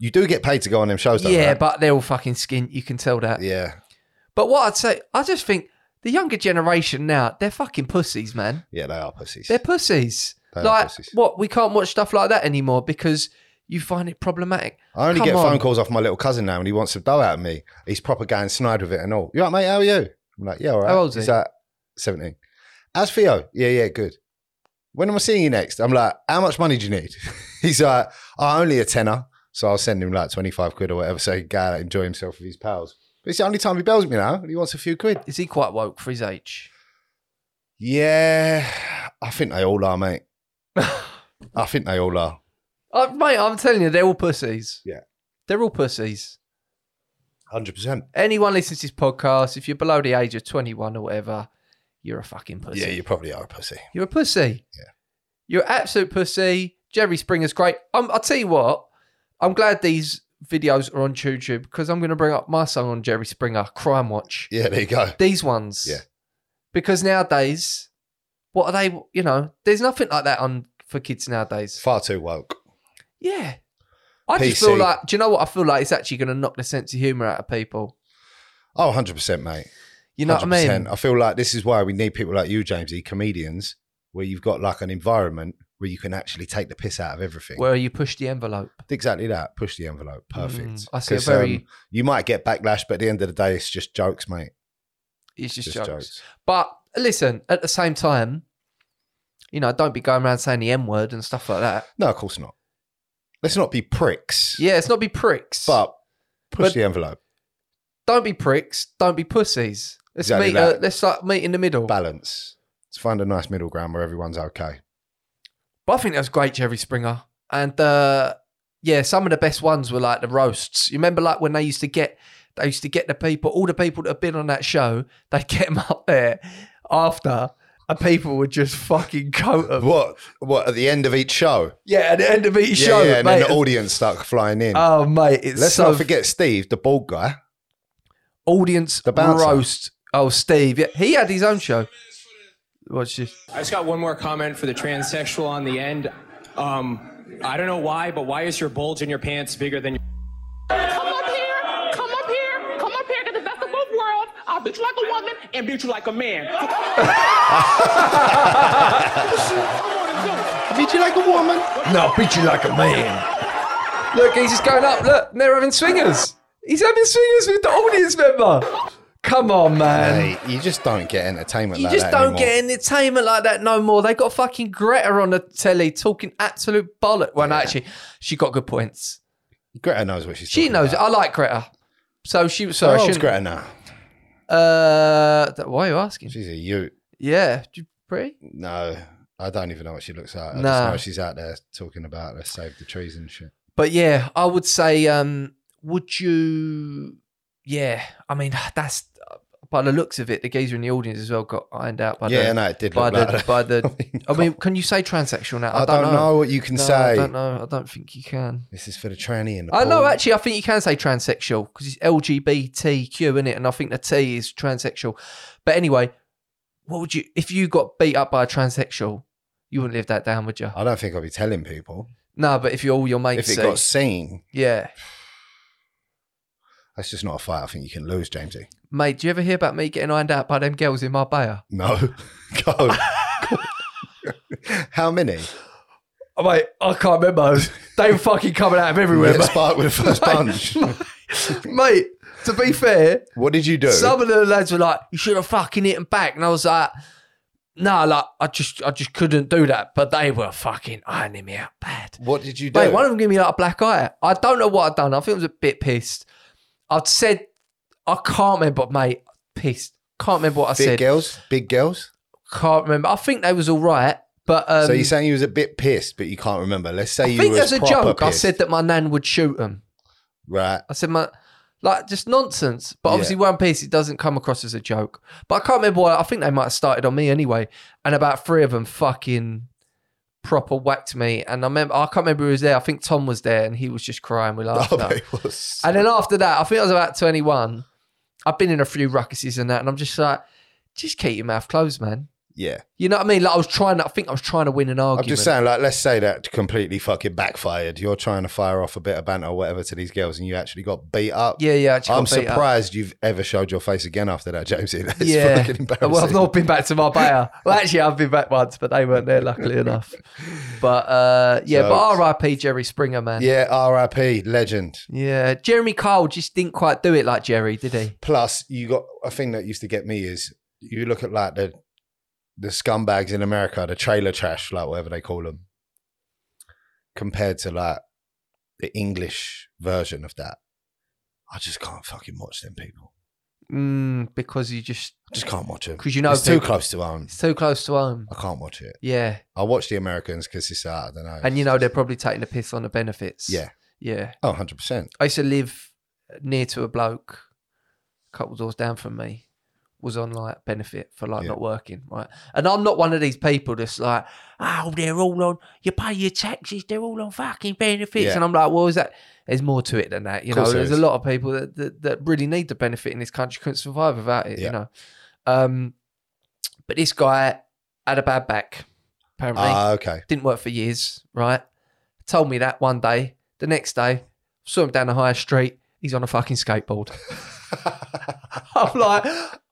[SPEAKER 3] You do get paid to go on them shows, though.
[SPEAKER 1] yeah,
[SPEAKER 3] right?
[SPEAKER 1] but they're all fucking skint. You can tell that.
[SPEAKER 3] Yeah,
[SPEAKER 1] But what I'd say, I just think the younger generation now, they're fucking pussies, man.
[SPEAKER 3] yeah, they are pussies.
[SPEAKER 1] They're pussies.
[SPEAKER 3] They are
[SPEAKER 1] like
[SPEAKER 3] pussies.
[SPEAKER 1] what? We can't watch stuff like that anymore because you find it problematic.
[SPEAKER 3] I only
[SPEAKER 1] Come
[SPEAKER 3] get
[SPEAKER 1] on.
[SPEAKER 3] phone calls off my little cousin now, and he wants some dough out of me. He's proper going snide with it and all. You all right, mate? How are you? I'm like, yeah, all right.
[SPEAKER 1] How old's
[SPEAKER 3] He's
[SPEAKER 1] he?
[SPEAKER 3] like, 17. How's Theo? Yeah, yeah, good. When am I seeing you next? I'm like, how much money do you need? He's like, oh, only a tenner. So I'll send him like 25 quid or whatever so he can go out and enjoy himself with his pals. But it's the only time he bells me now. and He wants a few quid.
[SPEAKER 1] Is he quite woke for his age?
[SPEAKER 3] Yeah, I think they all are, mate. I think they all are.
[SPEAKER 1] Uh, mate, I'm telling you, they're all pussies.
[SPEAKER 3] Yeah.
[SPEAKER 1] They're all pussies.
[SPEAKER 3] 100%.
[SPEAKER 1] Anyone listens to this podcast, if you're below the age of 21 or whatever, you're a fucking pussy.
[SPEAKER 3] Yeah, you probably are a pussy.
[SPEAKER 1] You're a pussy.
[SPEAKER 3] Yeah.
[SPEAKER 1] You're an absolute pussy. Jerry Springer's great. Um, I'll tell you what, I'm glad these videos are on YouTube because I'm going to bring up my song on Jerry Springer, Crime Watch.
[SPEAKER 3] Yeah, there you go.
[SPEAKER 1] these ones.
[SPEAKER 3] Yeah.
[SPEAKER 1] Because nowadays, what are they? You know, there's nothing like that on for kids nowadays.
[SPEAKER 3] Far too woke.
[SPEAKER 1] Yeah. I just
[SPEAKER 3] PC.
[SPEAKER 1] feel like, do you know what? I feel like it's actually going to knock the sense of humor out of people.
[SPEAKER 3] Oh, 100%, mate.
[SPEAKER 1] You know what I
[SPEAKER 3] 100%.
[SPEAKER 1] mean?
[SPEAKER 3] I feel like this is why we need people like you, Jamesy, comedians, where you've got like an environment where you can actually take the piss out of everything.
[SPEAKER 1] Where you push the envelope.
[SPEAKER 3] exactly that. Push the envelope. Perfect.
[SPEAKER 1] Mm, I see a
[SPEAKER 3] 'Cause, um,
[SPEAKER 1] very-
[SPEAKER 3] you might get backlash, but at the end of the day, it's just jokes, mate.
[SPEAKER 1] It's just,
[SPEAKER 3] Just
[SPEAKER 1] jokes.
[SPEAKER 3] jokes.
[SPEAKER 1] But listen, at the same time, you know, don't be going around saying the M word and stuff like that.
[SPEAKER 3] No, of course not. Let's not be pricks.
[SPEAKER 1] Yeah, it's not be pricks.
[SPEAKER 3] But push
[SPEAKER 1] But-
[SPEAKER 3] the envelope.
[SPEAKER 1] don't be pricks. Don't be pussies. Let's
[SPEAKER 3] Exactly
[SPEAKER 1] meet. Uh,
[SPEAKER 3] that.
[SPEAKER 1] let's like meet in the middle.
[SPEAKER 3] Balance. Let's find a nice middle ground where everyone's okay.
[SPEAKER 1] But I think that was great, Jerry Springer. And uh, yeah, some of the best ones were like the roasts. You remember, like when they used to get they used to get the people, all the people that have been on that show, they get them up there after, and people would just fucking coat them.
[SPEAKER 3] What? What? At the end of each show?
[SPEAKER 1] Yeah, at the end of each
[SPEAKER 3] Yeah,
[SPEAKER 1] show,
[SPEAKER 3] yeah. And
[SPEAKER 1] mate.
[SPEAKER 3] then the audience start flying in.
[SPEAKER 1] oh, mate, it's
[SPEAKER 3] Let's
[SPEAKER 1] so
[SPEAKER 3] not forget Steve, the bald guy.
[SPEAKER 1] audience
[SPEAKER 3] The bouncer.
[SPEAKER 1] roast. Oh, Steve, yeah, he had his own show. Watch this.
[SPEAKER 6] I just got one more comment for the transsexual on the end. Um, I don't know why, but why is your bulge in your pants bigger than your
[SPEAKER 7] and beat you like a man.
[SPEAKER 3] Beat you like a woman. No, beat you like a man.
[SPEAKER 1] Look, he's just going up. Look, they're having swingers. He's having swingers with the audience member. Come on, man.
[SPEAKER 3] Hey, you just don't get entertainment.
[SPEAKER 1] Um, You
[SPEAKER 3] like
[SPEAKER 1] just
[SPEAKER 3] that
[SPEAKER 1] don't
[SPEAKER 3] anymore.
[SPEAKER 1] get entertainment like that no more. They got fucking Greta on the telly talking absolute bollock. Well, no, actually, she got good points.
[SPEAKER 3] Greta knows what she's.
[SPEAKER 1] She
[SPEAKER 3] talking
[SPEAKER 1] knows. Oh, it.
[SPEAKER 3] About.
[SPEAKER 1] I like Greta. So she, so
[SPEAKER 3] How
[SPEAKER 1] I
[SPEAKER 3] old's
[SPEAKER 1] shouldn't.
[SPEAKER 3] Greta now?
[SPEAKER 1] Uh, th- why are you asking?
[SPEAKER 3] She's a you.
[SPEAKER 1] Yeah, you pretty.
[SPEAKER 3] No, I don't even know what she looks like. I
[SPEAKER 1] Nah.
[SPEAKER 3] just know she's out there talking about let's save the trees and shit.
[SPEAKER 1] But yeah, I would say, um, would you? Yeah, I mean, that's uh, by the looks of it, the geezer in the audience as well got ironed out by
[SPEAKER 3] yeah,
[SPEAKER 1] the
[SPEAKER 3] no, it did
[SPEAKER 1] by
[SPEAKER 3] look
[SPEAKER 1] the
[SPEAKER 3] like that.
[SPEAKER 1] by the. I mean, can you say transsexual now?
[SPEAKER 3] I don't, know. what you can
[SPEAKER 1] No,
[SPEAKER 3] say.
[SPEAKER 1] I don't know. I don't think you can.
[SPEAKER 3] This is for the tranny and the
[SPEAKER 1] I know.
[SPEAKER 3] poor.
[SPEAKER 1] Actually, I think you can say transsexual because it's LGBTQ in it, and I think the T is transsexual. But anyway, what would you if you got beat up by a transsexual? You wouldn't live that down, would you?
[SPEAKER 3] I don't think I'll be telling people.
[SPEAKER 1] No, but if you all your mates,
[SPEAKER 3] If it
[SPEAKER 1] see-
[SPEAKER 3] got seen,
[SPEAKER 1] yeah,
[SPEAKER 3] that's just not a fight. I think you can lose, Jamesy.
[SPEAKER 1] mate. Do you ever hear about me getting ironed out by them girls in Marbella?
[SPEAKER 3] No, go. How many?
[SPEAKER 1] Oh, mate, I can't remember. they were fucking coming out of everywhere,
[SPEAKER 3] Let's start with the first bunch.
[SPEAKER 1] mate. mate. To be fair,
[SPEAKER 3] what did you do?
[SPEAKER 1] Some of the lads were like, "You should have fucking hit him back," and I was like, "Nah, like I just, I just couldn't do that." But they were fucking ironing me out bad.
[SPEAKER 3] what did you do?
[SPEAKER 1] Mate, one of them gave me like a black eye. I don't know what I'd done. I think I was a bit pissed. I'd said, I can't remember, mate. Pissed. Can't remember what I
[SPEAKER 3] big
[SPEAKER 1] said.
[SPEAKER 3] girls, big girls.
[SPEAKER 1] Can't remember. I think they was all right, but um,
[SPEAKER 3] so you're saying you was a bit pissed, but you can't remember. Let's say
[SPEAKER 1] I
[SPEAKER 3] you
[SPEAKER 1] think
[SPEAKER 3] was
[SPEAKER 1] as a
[SPEAKER 3] proper
[SPEAKER 1] joke, I
[SPEAKER 3] pissed.
[SPEAKER 1] said that my nan would shoot him.
[SPEAKER 3] right.
[SPEAKER 1] I said my like just nonsense. But obviously One Piece it doesn't come across as a joke. But I can't remember why I think they might have started on me anyway. And about three of them fucking proper whacked me. And I remember I can't remember who was there. I think Tom was there and he was just crying with
[SPEAKER 3] Oh,
[SPEAKER 1] laughter.
[SPEAKER 3] they was.
[SPEAKER 1] And then after that, I think I was about 21. I've been in a few ruckuses and that, and I'm just like, just keep your mouth closed, man.
[SPEAKER 3] yeah.
[SPEAKER 1] You know what I mean? Like I was trying to, I think I was trying to win an
[SPEAKER 3] I'm
[SPEAKER 1] argument.
[SPEAKER 3] just saying, like, let's say that completely fucking backfired. You're trying to fire off a bit of banter or whatever to these girls, and you actually got beat up.
[SPEAKER 1] Yeah, yeah. I actually
[SPEAKER 3] I'm
[SPEAKER 1] got beat up.
[SPEAKER 3] surprised you've ever showed your face again after that, Jamesy. That's fucking embarrassing.
[SPEAKER 1] Well, I've not been back to Marbella. well, actually, I've been back once, but they weren't there, luckily enough. But uh, yeah,
[SPEAKER 3] So-
[SPEAKER 1] but RIP Jerry Springer, man. Yeah.
[SPEAKER 3] yeah, RIP, legend.
[SPEAKER 1] Jeremy Kyle just didn't quite do it like Jerry, did he?
[SPEAKER 3] Plus, you got a thing that used to get me is you look at like the the scumbags in America, the trailer trash, like whatever they call them, compared to like the English version of that. I just can't fucking watch them people.
[SPEAKER 1] Mm, because you just
[SPEAKER 3] I just can't watch them
[SPEAKER 1] 'Cause you know
[SPEAKER 3] it's too
[SPEAKER 1] people-
[SPEAKER 3] close to home.
[SPEAKER 1] it's too close to home.
[SPEAKER 3] I can't watch it.
[SPEAKER 1] Yeah,
[SPEAKER 3] I watch the Americans because it's uh, I don't know.
[SPEAKER 1] and you know they're probably taking a piss on the benefits.
[SPEAKER 3] yeah,
[SPEAKER 1] yeah.
[SPEAKER 3] oh, 100 percent.
[SPEAKER 1] I used to live near to a bloke, a couple doors down from me, was on like benefit for like
[SPEAKER 3] Yeah.
[SPEAKER 1] not working, right? And I'm not one of these people that's like, oh, they're all on, you pay your taxes, they're all on fucking benefits.
[SPEAKER 3] Yeah.
[SPEAKER 1] And I'm like, well, is that, there's more to it than that. You
[SPEAKER 3] Course
[SPEAKER 1] know,
[SPEAKER 3] there
[SPEAKER 1] there's
[SPEAKER 3] is.
[SPEAKER 1] a lot of people that, that, that really need the benefit in this country, couldn't survive without it, you
[SPEAKER 3] Yeah.
[SPEAKER 1] know? Um, but this guy had a bad back, apparently
[SPEAKER 3] Ah, okay.
[SPEAKER 1] didn't work for years, right? Told me that one day. The next day, saw him down the high street. He's on a fucking skateboard. I'm like,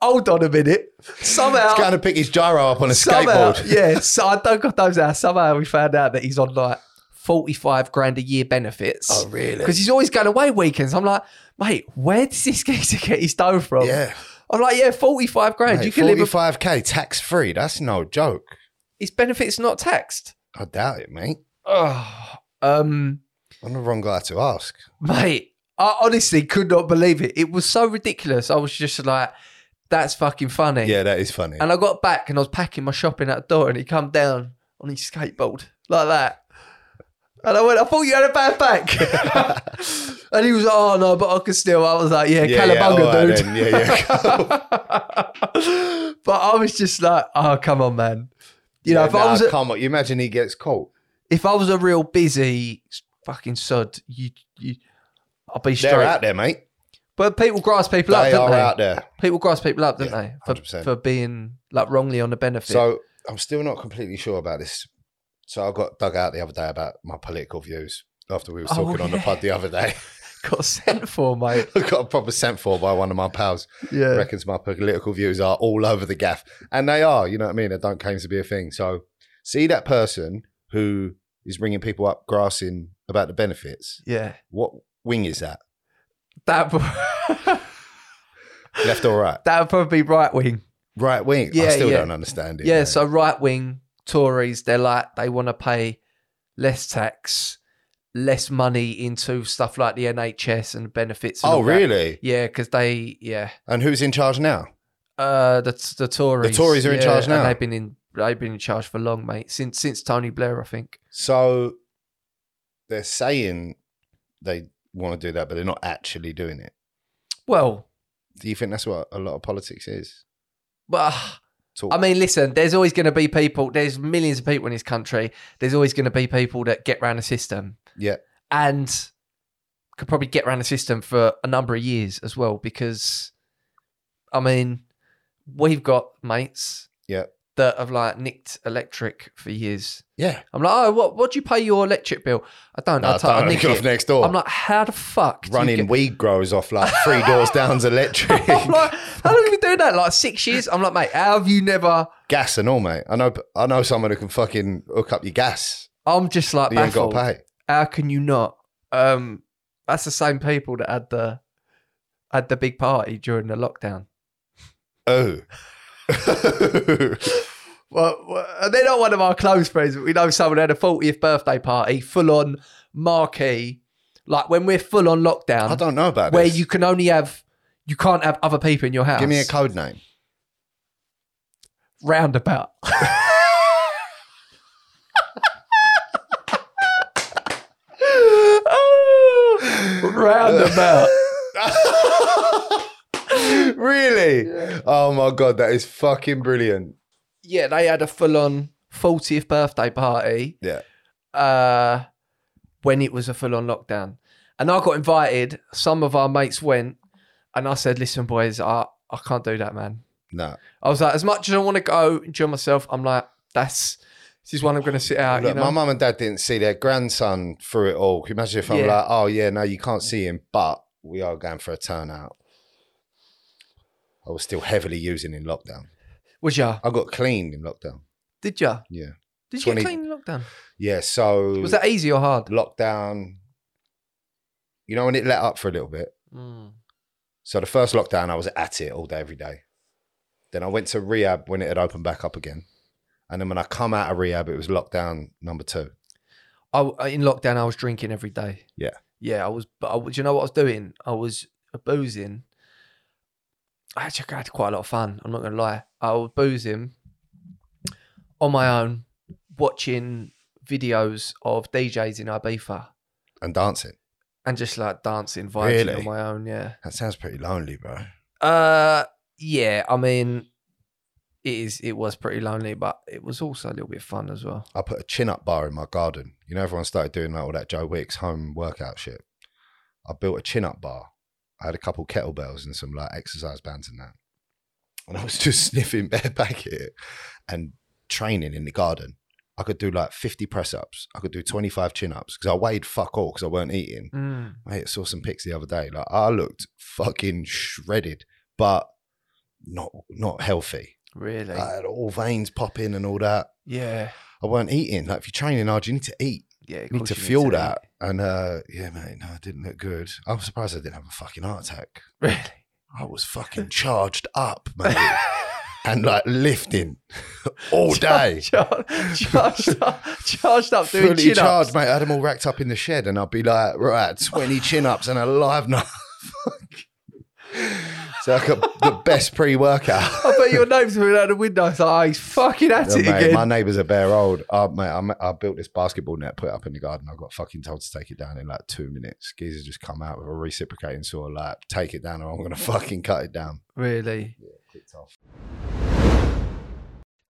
[SPEAKER 1] hold on a minute. Somehow,
[SPEAKER 3] He's going to pick his gyro up on a
[SPEAKER 1] um, somehow,
[SPEAKER 3] skateboard.
[SPEAKER 1] yeah. So I don't got those out. Somehow we found out that he's on like 45 grand a year benefits.
[SPEAKER 3] Oh, really?
[SPEAKER 1] Because he's always going away weekends. I'm like, mate, where does this geezer get his dough from?
[SPEAKER 3] Yeah,
[SPEAKER 1] I'm like, yeah, 45 grand. you
[SPEAKER 3] Mate,
[SPEAKER 1] can live. A-
[SPEAKER 3] 45k tax free. That's no joke.
[SPEAKER 1] his benefits not taxed.
[SPEAKER 3] I doubt it, mate.
[SPEAKER 1] Oh, um.
[SPEAKER 3] I'm the wrong guy to ask.
[SPEAKER 1] mate. I honestly could not believe it. It was so ridiculous. I was just like, "That's fucking funny."
[SPEAKER 3] Yeah, that is funny.
[SPEAKER 1] And I got back and I was packing my shopping at the door, and he come down on his skateboard like that. And I went, "I thought you had a bad back." and he was, like, "Oh no, but I could still." I was like, "Yeah,
[SPEAKER 3] yeah,
[SPEAKER 1] Calabunga,
[SPEAKER 3] all right
[SPEAKER 1] dude."
[SPEAKER 3] then. Yeah, yeah.
[SPEAKER 1] but I was just like, "Oh, come on, man." You know,
[SPEAKER 3] Yeah,
[SPEAKER 1] if I
[SPEAKER 3] nah,
[SPEAKER 1] was a,
[SPEAKER 3] come on. You imagine he gets caught.
[SPEAKER 1] if I was a real busy fucking sod, you you, I'll be
[SPEAKER 3] They're
[SPEAKER 1] straight.
[SPEAKER 3] out there, mate.
[SPEAKER 1] But people grass people up,
[SPEAKER 3] They
[SPEAKER 1] don't
[SPEAKER 3] are
[SPEAKER 1] they?
[SPEAKER 3] out there.
[SPEAKER 1] People grass people up, don't
[SPEAKER 3] Yeah,
[SPEAKER 1] they? For,
[SPEAKER 3] 100%.
[SPEAKER 1] for being like wrongly on the benefit.
[SPEAKER 3] So I'm still not completely sure about this. So I got dug out the other day about my political views after we was
[SPEAKER 1] Oh,
[SPEAKER 3] talking on the
[SPEAKER 1] yeah.
[SPEAKER 3] pod the other day.
[SPEAKER 1] got sent for, mate.
[SPEAKER 3] I got a proper sent for by one of my pals.
[SPEAKER 1] Yeah.
[SPEAKER 3] Reckons my political views are all over the gaff. And they are, you know what I mean? It don't claim to be a thing. So see that person who is bringing people up grassing about the benefits.
[SPEAKER 1] Yeah.
[SPEAKER 3] What wing is that?
[SPEAKER 1] That would-
[SPEAKER 3] Left or right?
[SPEAKER 1] that would probably be right wing.
[SPEAKER 3] Right wing. I
[SPEAKER 1] Yeah,
[SPEAKER 3] still
[SPEAKER 1] yeah.
[SPEAKER 3] don't understand it.
[SPEAKER 1] Yeah,
[SPEAKER 3] mate.
[SPEAKER 1] so right wing Tories, they're like they want to pay less tax, less money into stuff like the NHS and benefits. And
[SPEAKER 3] Oh
[SPEAKER 1] all that.
[SPEAKER 3] really?
[SPEAKER 1] Yeah, because they yeah
[SPEAKER 3] And who's in charge now?
[SPEAKER 1] uh the the Tories
[SPEAKER 3] The Tories are in
[SPEAKER 1] yeah,
[SPEAKER 3] charge now.
[SPEAKER 1] And they've been in they've been in charge for long, mate. Since since Tony Blair, I think.
[SPEAKER 3] So they're saying they want to do that, but they're not actually doing it.
[SPEAKER 1] Well,
[SPEAKER 3] Do you think that's what a lot of politics is?
[SPEAKER 1] but. ah,
[SPEAKER 3] Talk.
[SPEAKER 1] I mean, listen, there's always going to be people, there's millions of people in this country. There's always going to be people that get round the system
[SPEAKER 3] yeah.
[SPEAKER 1] and could probably get round the system for a number of years as well. Because, I mean, we've got mates
[SPEAKER 3] Yeah.
[SPEAKER 1] that have like nicked electric for years.
[SPEAKER 3] Yeah.
[SPEAKER 1] I'm like, oh, what, what do you pay your electric bill? I don't.
[SPEAKER 3] No,
[SPEAKER 1] I, t- I,
[SPEAKER 3] don't
[SPEAKER 1] nick
[SPEAKER 3] go off
[SPEAKER 1] it.
[SPEAKER 3] next door.
[SPEAKER 1] I'm like, how the fuck? do you
[SPEAKER 3] running
[SPEAKER 1] get-"
[SPEAKER 3] weed growers off like three doors down's electric.
[SPEAKER 1] I'm like, how long have you been doing that? Like six years? I'm like, mate, how have you never?
[SPEAKER 3] gas and all, mate. I know I know someone who can fucking hook up your gas.
[SPEAKER 1] I'm just like,
[SPEAKER 3] that You ain't got
[SPEAKER 1] baffled.
[SPEAKER 3] to pay.
[SPEAKER 1] how can you not? Um, that's the same people that had the had the big party during the lockdown.
[SPEAKER 3] Oh.
[SPEAKER 1] Well, well, they're not one of our close friends, but we know someone had a 40th birthday party, full on marquee. Like when we're full on lockdown,
[SPEAKER 3] I don't know about
[SPEAKER 1] where
[SPEAKER 3] this.
[SPEAKER 1] you can only have you can't have other people in your house.
[SPEAKER 3] Give me a code name.
[SPEAKER 1] roundabout. roundabout.
[SPEAKER 3] really? Oh my god, that is fucking brilliant.
[SPEAKER 1] yeah, they had a full on 40th birthday party
[SPEAKER 3] Yeah.
[SPEAKER 1] uh, when it was a full on lockdown. And I got invited. Some of our mates went, and I said, Listen, boys, I, I can't do that, man.
[SPEAKER 3] No.
[SPEAKER 1] I was like, As much as I want to go enjoy myself, I'm like, That's this is one I'm going to sit out,
[SPEAKER 3] Look,
[SPEAKER 1] you know?
[SPEAKER 3] my mum and dad didn't see their grandson through it all. Can you imagine if I'm
[SPEAKER 1] Yeah.
[SPEAKER 3] like, oh yeah, no, you can't see him, but we are going for a turnout. I was still heavily using in lockdown.
[SPEAKER 1] was ya?
[SPEAKER 3] I got clean in lockdown.
[SPEAKER 1] Did ya?
[SPEAKER 3] Yeah.
[SPEAKER 1] Did you
[SPEAKER 3] 20
[SPEAKER 1] get clean in lockdown?
[SPEAKER 3] Yeah. So
[SPEAKER 1] Was that easy or hard?
[SPEAKER 3] lockdown? You know, when it let up for a little bit.
[SPEAKER 1] Hmm.
[SPEAKER 3] So the first lockdown, I was at it all day, every day. Then I went to rehab when it had opened back up again. And then when I come out of rehab, it was lockdown number two.
[SPEAKER 1] I, I- in lockdown, I was drinking every day.
[SPEAKER 3] Yeah.
[SPEAKER 1] Yeah, I was. But I, do you know what I was doing? I was boozing. I actually had quite a lot of fun. I'm not going to lie. I was boozing on my own, watching videos of DJs in Ibiza
[SPEAKER 3] And dancing.
[SPEAKER 1] and just like dancing, vibing
[SPEAKER 3] Really?
[SPEAKER 1] on my own. Yeah.
[SPEAKER 3] That sounds pretty lonely, bro.
[SPEAKER 1] Uh, yeah. I mean, it is. It was pretty lonely, but it was also a little bit fun as well.
[SPEAKER 3] I put a chin up bar in my garden. You know, everyone started doing like all that Joe Wicks home workout shit. I built a chin up bar. I had a couple kettlebells and some like exercise bands and that. And I was just sniffing bareback it and training in the garden. I could do like 50 press ups. I could do 25 chin ups because I weighed fuck all because I weren't eating.
[SPEAKER 1] Mm.
[SPEAKER 3] Mate, I saw some pics the other day. Like I looked fucking shredded, but not not healthy.
[SPEAKER 1] Really?
[SPEAKER 3] I had all veins popping and all that.
[SPEAKER 1] yeah.
[SPEAKER 3] I weren't eating. Like if you're training hard, you need to eat.
[SPEAKER 1] Yeah. of
[SPEAKER 3] You need
[SPEAKER 1] course
[SPEAKER 3] to
[SPEAKER 1] you
[SPEAKER 3] fuel
[SPEAKER 1] eat.
[SPEAKER 3] that. And uh, yeah, mate, no, it didn't look good. I'm surprised I didn't have a fucking heart attack.
[SPEAKER 1] Really?
[SPEAKER 3] I was fucking charged up, mate. and like lifting all day.
[SPEAKER 1] Char- charged up, charged up doing
[SPEAKER 3] Fully
[SPEAKER 1] chin ups.
[SPEAKER 3] charged, mate. I had them all racked up in the shed and I'd be like, right, 20 chin ups and a live knife. so I got the best pre workout.
[SPEAKER 1] I bet your name's were out the window. It's like, oh, he's fucking at
[SPEAKER 3] Yeah,
[SPEAKER 1] it
[SPEAKER 3] mate,
[SPEAKER 1] again.
[SPEAKER 3] my neighbours are bare old. Uh, mate, I, ma- I built this basketball net, put it up in the garden. I got fucking told to take it down in like two minutes. Geezer's just come out with a reciprocating saw, like, take it down or I'm going to fucking cut it down.
[SPEAKER 1] Really?
[SPEAKER 3] Clicked off.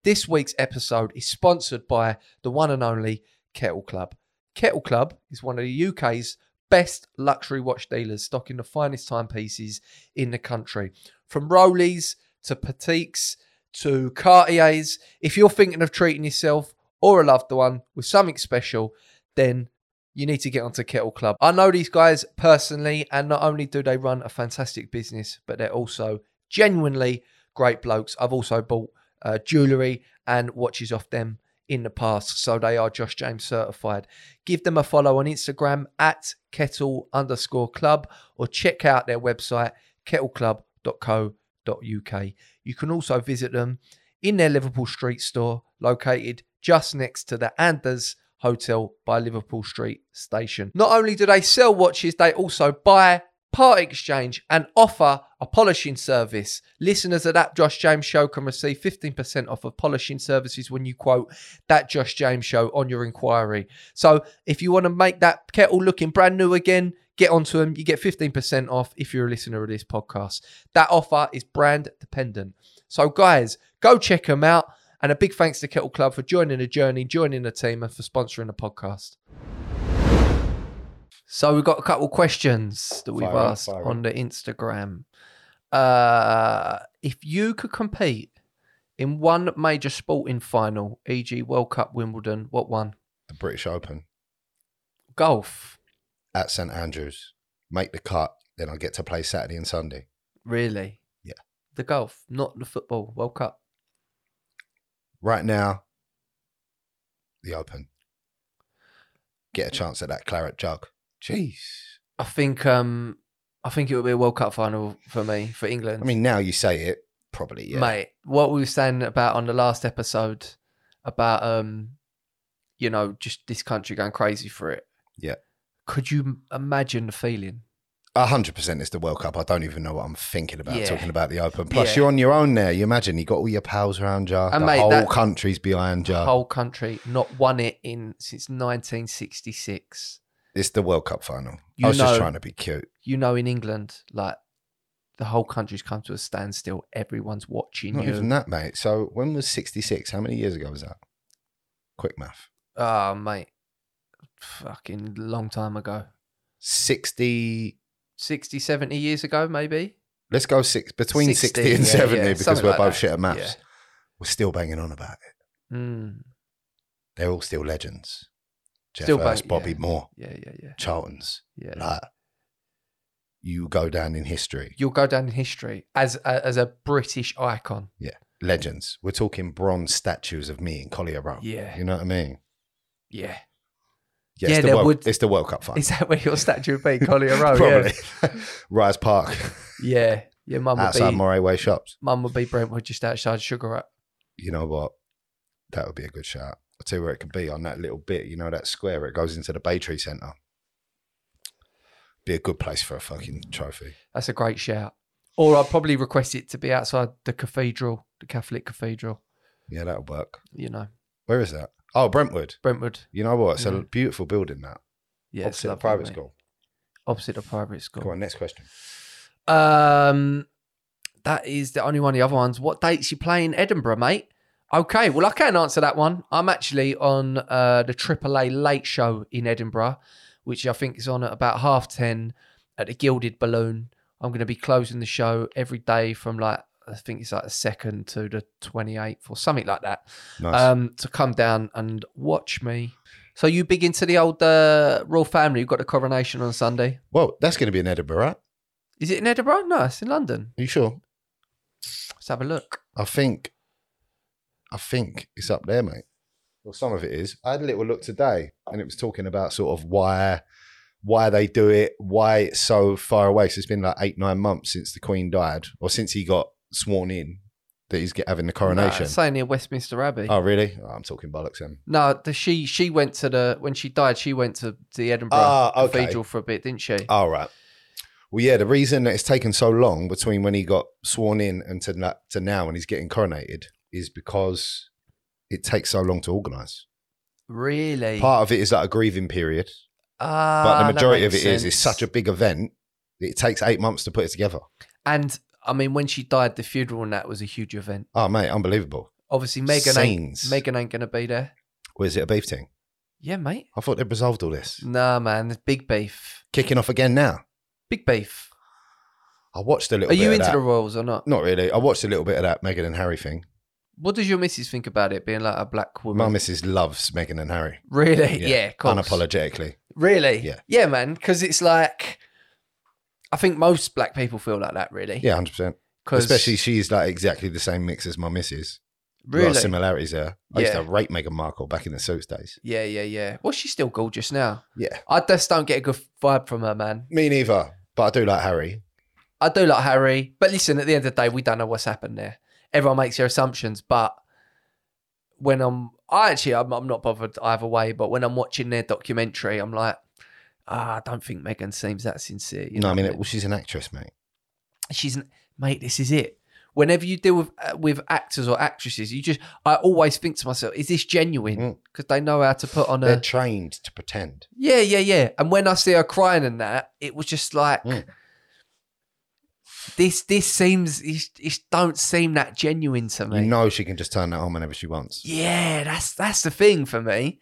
[SPEAKER 1] This week's episode is sponsored by the one and only Kettle Club. Kettle Club is one of the UK's best luxury watch dealers, stocking the finest timepieces in the country. From Rolex to Petites to Cartiers, if you're thinking of treating yourself or a loved one with something special, then you need to get onto Kettle Club. I know these guys personally, and not only do they run a fantastic business, but they're also genuinely great blokes. I've also bought uh, jewellery and watches off them in the past, so they are Josh James certified. Give them a follow on Instagram at kettle underscore club or check out their website kettleclub.co.uk. You can also visit them in their Liverpool Street store located just next to the Anders Hotel by Liverpool Street Station. Not only do they sell watches, they also buy, part exchange, and offer a polishing service. Listeners of that Josh James show can receive 15% off of polishing services when you quote that Josh James show on your inquiry. So if you want to make that kettle looking brand new again, get onto them. You get 15% off if you're a listener of this podcast. That offer is brand dependent. So, guys, go check them out. And a big thanks to Kettle Club for joining the journey, joining the team, and for sponsoring the podcast. So, we've got a couple questions that we've
[SPEAKER 3] Fire up,
[SPEAKER 1] asked
[SPEAKER 3] fire up.
[SPEAKER 1] on the Instagram. Uh, if you could compete in one major sporting final, e.g., World Cup, Wimbledon, what one?
[SPEAKER 3] The British Open
[SPEAKER 1] Golf,
[SPEAKER 3] at St Andrews. Make the cut, then I get to play Saturday and Sunday.
[SPEAKER 1] really?
[SPEAKER 3] Yeah.
[SPEAKER 1] The golf, not the football, World Cup.
[SPEAKER 3] Right now, the Open. Get a chance at that claret jug. Jeez.
[SPEAKER 1] I think um I think it would be a World Cup final for me for England.
[SPEAKER 3] I mean, now you say it, probably yeah.
[SPEAKER 1] mate, what we were saying about on the last episode about um you know just this country going crazy for it.
[SPEAKER 3] Yeah.
[SPEAKER 1] Could you m- imagine the feeling?
[SPEAKER 3] A hundred percent is the World Cup. I don't even know what I'm thinking about
[SPEAKER 1] Yeah.
[SPEAKER 3] talking about the Open. Plus,
[SPEAKER 1] Yeah.
[SPEAKER 3] you're on your own there. You imagine you got all your pals around you. the
[SPEAKER 1] mate,
[SPEAKER 3] whole
[SPEAKER 1] that-
[SPEAKER 3] country's behind you.
[SPEAKER 1] The whole country not won it in since 1966.
[SPEAKER 3] it's the World Cup final.
[SPEAKER 1] You
[SPEAKER 3] I was
[SPEAKER 1] know-
[SPEAKER 3] just trying to be cute.
[SPEAKER 1] You know, in England, like the whole country's come to a standstill. Everyone's watching
[SPEAKER 3] Not
[SPEAKER 1] you.
[SPEAKER 3] even that, mate. So when was '66? How many years ago was that? Quick math.
[SPEAKER 1] Oh, mate, fucking long time ago.
[SPEAKER 3] Sixty.
[SPEAKER 1] 60, 70 years ago, maybe.
[SPEAKER 3] Let's go six between
[SPEAKER 1] 60,
[SPEAKER 3] sixty and
[SPEAKER 1] yeah,
[SPEAKER 3] seventy
[SPEAKER 1] yeah,
[SPEAKER 3] because
[SPEAKER 1] something
[SPEAKER 3] we're
[SPEAKER 1] like
[SPEAKER 3] both
[SPEAKER 1] that.
[SPEAKER 3] shit at maths.
[SPEAKER 1] Yeah.
[SPEAKER 3] We're still banging on about it.
[SPEAKER 1] Mm.
[SPEAKER 3] They're all still legends. Jeff
[SPEAKER 1] Still
[SPEAKER 3] Hurst,
[SPEAKER 1] bang-
[SPEAKER 3] Bobby
[SPEAKER 1] yeah.
[SPEAKER 3] Moore,
[SPEAKER 1] Yeah, yeah, yeah,
[SPEAKER 3] Charlton's.
[SPEAKER 1] yeah.
[SPEAKER 3] Like, you go down in history.
[SPEAKER 1] You'll go down in history as a, as a British icon.
[SPEAKER 3] legends. We're talking bronze statues of me in Collier Row.
[SPEAKER 1] Yeah.
[SPEAKER 3] You know what I mean?
[SPEAKER 1] Yeah.
[SPEAKER 3] Yeah,
[SPEAKER 1] Yeah,
[SPEAKER 3] it's, the
[SPEAKER 1] there
[SPEAKER 3] World,
[SPEAKER 1] would-
[SPEAKER 3] it's the World Cup final.
[SPEAKER 1] Is that where your statue would be, Collier Row?
[SPEAKER 3] Probably. Rise Park,
[SPEAKER 1] Yeah. yeah. Your mum would
[SPEAKER 3] outside
[SPEAKER 1] be
[SPEAKER 3] Moray Way shops.
[SPEAKER 1] mum would be Brentwood, just outside Sugar Up.
[SPEAKER 3] You know what? That would be a good shout. I'll tell you where it could be on that little bit, you know, that square where it goes into the Bay Tree Centre. Be a good place for a fucking trophy.
[SPEAKER 1] That's a great shout. Or I'd probably request it to be outside the cathedral, the Catholic cathedral.
[SPEAKER 3] Yeah, that'll work.
[SPEAKER 1] You know,
[SPEAKER 3] Where is that? Oh, Brentwood.
[SPEAKER 1] Brentwood.
[SPEAKER 3] You know what? It's a
[SPEAKER 1] Mm.
[SPEAKER 3] beautiful building that.
[SPEAKER 1] Yeah, it's
[SPEAKER 3] Opposite the
[SPEAKER 1] lovely,
[SPEAKER 3] private
[SPEAKER 1] mate.
[SPEAKER 3] school.
[SPEAKER 1] Opposite the private school.
[SPEAKER 3] Go on, next question.
[SPEAKER 1] Um, that is the only one. of The other ones. What dates you play in Edinburgh, mate? Okay, well I can answer that one. I'm actually on uh, the AAA Late Show in Edinburgh, which I think is on at about half ten at the Gilded Balloon. I'm going to be closing the show every day from like I think it's like the second to the 28th or something like that.
[SPEAKER 3] Nice.
[SPEAKER 1] Um, to come down and watch me. So you big into the old uh, royal family? You've got the coronation on Sunday.
[SPEAKER 3] well, that's going to be in Edinburgh, right?
[SPEAKER 1] Is it in Edinburgh? No, it's in London.
[SPEAKER 3] Are you sure?
[SPEAKER 1] Let's have a look.
[SPEAKER 3] I think, I think it's up there, mate. Well, some of it is. I had a little look today, and it was talking about sort of why, why they do it, why it's so far away. So it's been like eight, nine months since the Queen died, or since he got sworn in that he's get, having the
[SPEAKER 1] No,
[SPEAKER 3] coronation.
[SPEAKER 1] it's saying near Westminster Abbey.
[SPEAKER 3] oh, really? Oh, I'm talking bollocks, then.
[SPEAKER 1] No, the, she she went to the when she died. She went to the Edinburgh
[SPEAKER 3] Ah, okay. Ah.
[SPEAKER 1] Cathedral for a bit, didn't she?
[SPEAKER 3] All right. Well, yeah. The reason that it's taken so long between when he got sworn in and to, na- to now, when he's getting coronated, is because it takes so long to organise.
[SPEAKER 1] really?
[SPEAKER 3] Part of it is like a grieving period.
[SPEAKER 1] Ah,
[SPEAKER 3] but the
[SPEAKER 1] that
[SPEAKER 3] majority of it
[SPEAKER 1] makes
[SPEAKER 3] is it's
[SPEAKER 1] sense.
[SPEAKER 3] such a big event it takes eight months to put it together
[SPEAKER 1] and I mean, when she died, the funeral and that was a huge event.
[SPEAKER 3] oh mate unbelievable
[SPEAKER 1] Obviously, Megan ain't
[SPEAKER 3] Scenes.
[SPEAKER 1] Megan ain't gonna be there.
[SPEAKER 3] or is it a beef thing
[SPEAKER 1] Yeah, mate.
[SPEAKER 3] i thought they'd resolved all this
[SPEAKER 1] Nah, man, there's big beef.
[SPEAKER 3] kicking off again now
[SPEAKER 1] Big beef.
[SPEAKER 3] i watched a little
[SPEAKER 1] Are
[SPEAKER 3] bit
[SPEAKER 1] you
[SPEAKER 3] of
[SPEAKER 1] into
[SPEAKER 3] that.
[SPEAKER 1] the royals or not?
[SPEAKER 3] not really i watched a little bit of that megan and harry thing
[SPEAKER 1] What does your missus think about it being like a black woman?
[SPEAKER 3] my missus loves megan and harry
[SPEAKER 1] really? Yeah, of course.
[SPEAKER 3] unapologetically
[SPEAKER 1] Really?
[SPEAKER 3] Yeah.
[SPEAKER 1] Yeah, man. Because it's like, I think most black people feel like that, really.
[SPEAKER 3] Yeah, hundred percent.
[SPEAKER 1] 'Cause-
[SPEAKER 3] Especially she's like exactly the same mix as my missus. A lot
[SPEAKER 1] Really?
[SPEAKER 3] of similarities there. I used
[SPEAKER 1] Yeah.
[SPEAKER 3] to rate Meghan Markle back in the suits days.
[SPEAKER 1] Yeah, yeah, yeah. Well, she's still gorgeous now.
[SPEAKER 3] Yeah.
[SPEAKER 1] I just don't get a good vibe from her, man.
[SPEAKER 3] Me neither. But I do like Harry.
[SPEAKER 1] I do like Harry, but listen, at the end of the day, we don't know what's happened there. Everyone makes their assumptions, but when I'm, I actually, I'm, I'm not bothered either way. But when I'm watching their documentary, I'm like, ah, I don't think Megan seems that sincere. You
[SPEAKER 3] no, I mean,
[SPEAKER 1] what
[SPEAKER 3] it, well, she's an actress, mate.
[SPEAKER 1] she's an, mate this is it whenever you deal with uh, with actors or actresses you just i always think to myself is this genuine
[SPEAKER 3] Mm.
[SPEAKER 1] because they know how to put on
[SPEAKER 3] They're
[SPEAKER 1] a
[SPEAKER 3] trained to pretend.
[SPEAKER 1] yeah yeah yeah and when i see her crying and that it was just like
[SPEAKER 3] Mm.
[SPEAKER 1] this this seems it, it don't seem that genuine to me
[SPEAKER 3] You know, she can just turn that on whenever she wants.
[SPEAKER 1] yeah that's that's the thing for me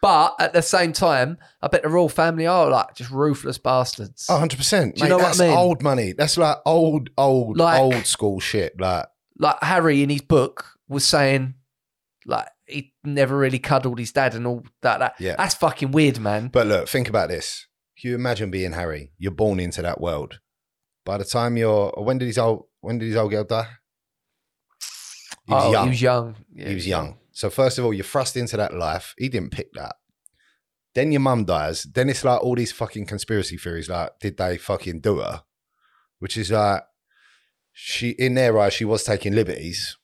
[SPEAKER 1] but at the same time i bet the royal family are like just ruthless bastards
[SPEAKER 3] Oh, 100%.
[SPEAKER 1] Do you
[SPEAKER 3] mate,
[SPEAKER 1] know what I
[SPEAKER 3] that's
[SPEAKER 1] mean?
[SPEAKER 3] old money. That's like old, old,
[SPEAKER 1] Like-
[SPEAKER 3] old school shit. Like,
[SPEAKER 1] like Harry in his book was saying, like he never really cuddled his dad and all that. that.
[SPEAKER 3] Yeah.
[SPEAKER 1] that's fucking weird, man.
[SPEAKER 3] But look, think about this. Can you imagine being Harry? You're born into that world. By the time you're, when did his old, when did his old girl die? He was
[SPEAKER 1] oh,
[SPEAKER 3] young.
[SPEAKER 1] he was young. Yeah,
[SPEAKER 3] he was young. So first of all, you're thrust into that life. He didn't pick that. Then your mum dies. Then it's like all these fucking conspiracy theories. Like, did they fucking do her? Which is like, she in their eyes, she was taking liberties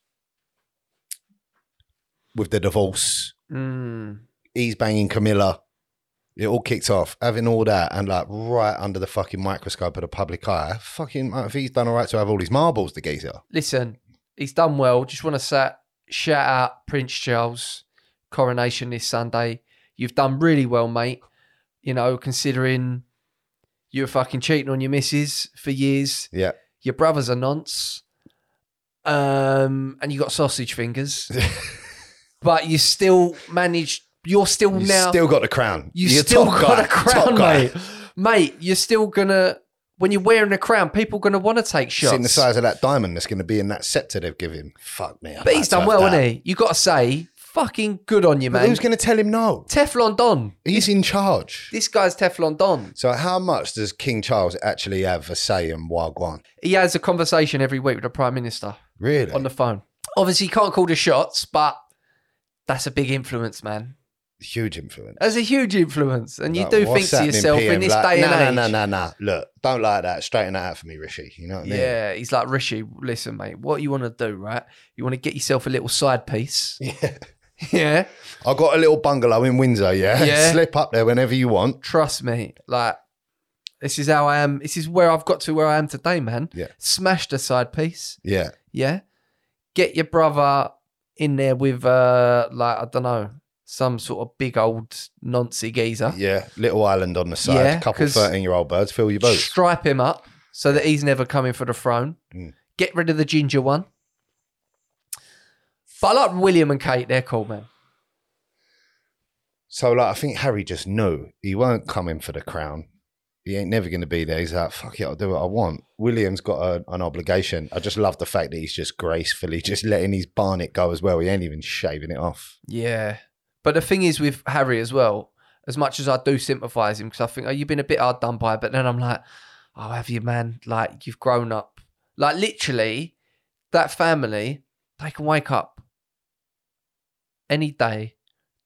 [SPEAKER 3] with the divorce.
[SPEAKER 1] Mm.
[SPEAKER 3] He's banging Camilla. It all kicked off. Having all that and like right under the fucking microscope of the public eye. Fucking, if he's done all right to have all these marbles, the geezer.
[SPEAKER 1] Listen, he's done well. Just want to say, shout out Prince Charles coronation this Sunday. You've done really well, mate. You know, considering you were fucking cheating on your missus for years.
[SPEAKER 3] Yeah.
[SPEAKER 1] Your brother's a nonce. Um, and you got sausage fingers. but you still managed. You're still
[SPEAKER 3] You
[SPEAKER 1] now.
[SPEAKER 3] still got the crown.
[SPEAKER 1] you
[SPEAKER 3] You're
[SPEAKER 1] still
[SPEAKER 3] top
[SPEAKER 1] got
[SPEAKER 3] guy,
[SPEAKER 1] a
[SPEAKER 3] top
[SPEAKER 1] crown,
[SPEAKER 3] guy.
[SPEAKER 1] mate. Mate, you're still gonna. When you're wearing a crown, people gonna want to take shots.
[SPEAKER 3] Seeing the size of that diamond that's going to be in that scepter they've given him. Fuck me.
[SPEAKER 1] but he's done well, hasn't he? You got to say, fucking good on you, man.
[SPEAKER 3] Who's going to tell him no?
[SPEAKER 1] Teflon Don.
[SPEAKER 3] He's in charge.
[SPEAKER 1] This guy's Teflon Don.
[SPEAKER 3] So how much does King Charles actually have a say in Wagwan?
[SPEAKER 1] He has a conversation every week with the Prime Minister
[SPEAKER 3] Really?
[SPEAKER 1] on the phone. Obviously, he can't call the shots, but that's a big influence, man.
[SPEAKER 3] Huge influence.
[SPEAKER 1] That's a huge influence, and Uh, you
[SPEAKER 3] Like,
[SPEAKER 1] do
[SPEAKER 3] what's
[SPEAKER 1] think to
[SPEAKER 3] happening,
[SPEAKER 1] yourself
[SPEAKER 3] PM?
[SPEAKER 1] in this
[SPEAKER 3] Like,
[SPEAKER 1] day and
[SPEAKER 3] nah,
[SPEAKER 1] age.
[SPEAKER 3] Nah, nah, nah, nah. Look, don't like that. Straighten that out for me, Rishi. You know what I mean?
[SPEAKER 1] Yeah, he's like Rishi. Listen, mate, what you want to do, right? You want to get yourself a little side piece.
[SPEAKER 3] Yeah.
[SPEAKER 1] yeah,
[SPEAKER 3] I got a little bungalow in Windsor, yeah?
[SPEAKER 1] Yeah.
[SPEAKER 3] Slip up there whenever you want.
[SPEAKER 1] trust me. Like, this is how I am. This is where I've got to where I am today, man.
[SPEAKER 3] Yeah.
[SPEAKER 1] smash the side piece.
[SPEAKER 3] Yeah.
[SPEAKER 1] Yeah, get your brother in there with uh, like I don't know, some sort of big old noncy geezer.
[SPEAKER 3] Yeah. Little island on the side.
[SPEAKER 1] Yeah,
[SPEAKER 3] couple
[SPEAKER 1] 'cause-
[SPEAKER 3] 13 year old birds. Fill your boat.
[SPEAKER 1] Stripe him up so that he's never coming for the throne.
[SPEAKER 3] Mm.
[SPEAKER 1] Get rid of the ginger one. But I like William and Kate. They're cool, man.
[SPEAKER 3] So like I think Harry just knew he won't come in for the crown. He ain't never going to be there. He's like, fuck it, I'll do what I want. William's got a, an obligation. I just love the fact that he's just gracefully just letting his barnet go as well. He ain't even shaving it off.
[SPEAKER 1] Yeah. But the thing is with Harry as well, as much as I do sympathise him, because I think, oh, you've been a bit hard done by, but then I'm like, oh, have you, man? Like, you've grown up. Like, literally, that family, they can wake up any day,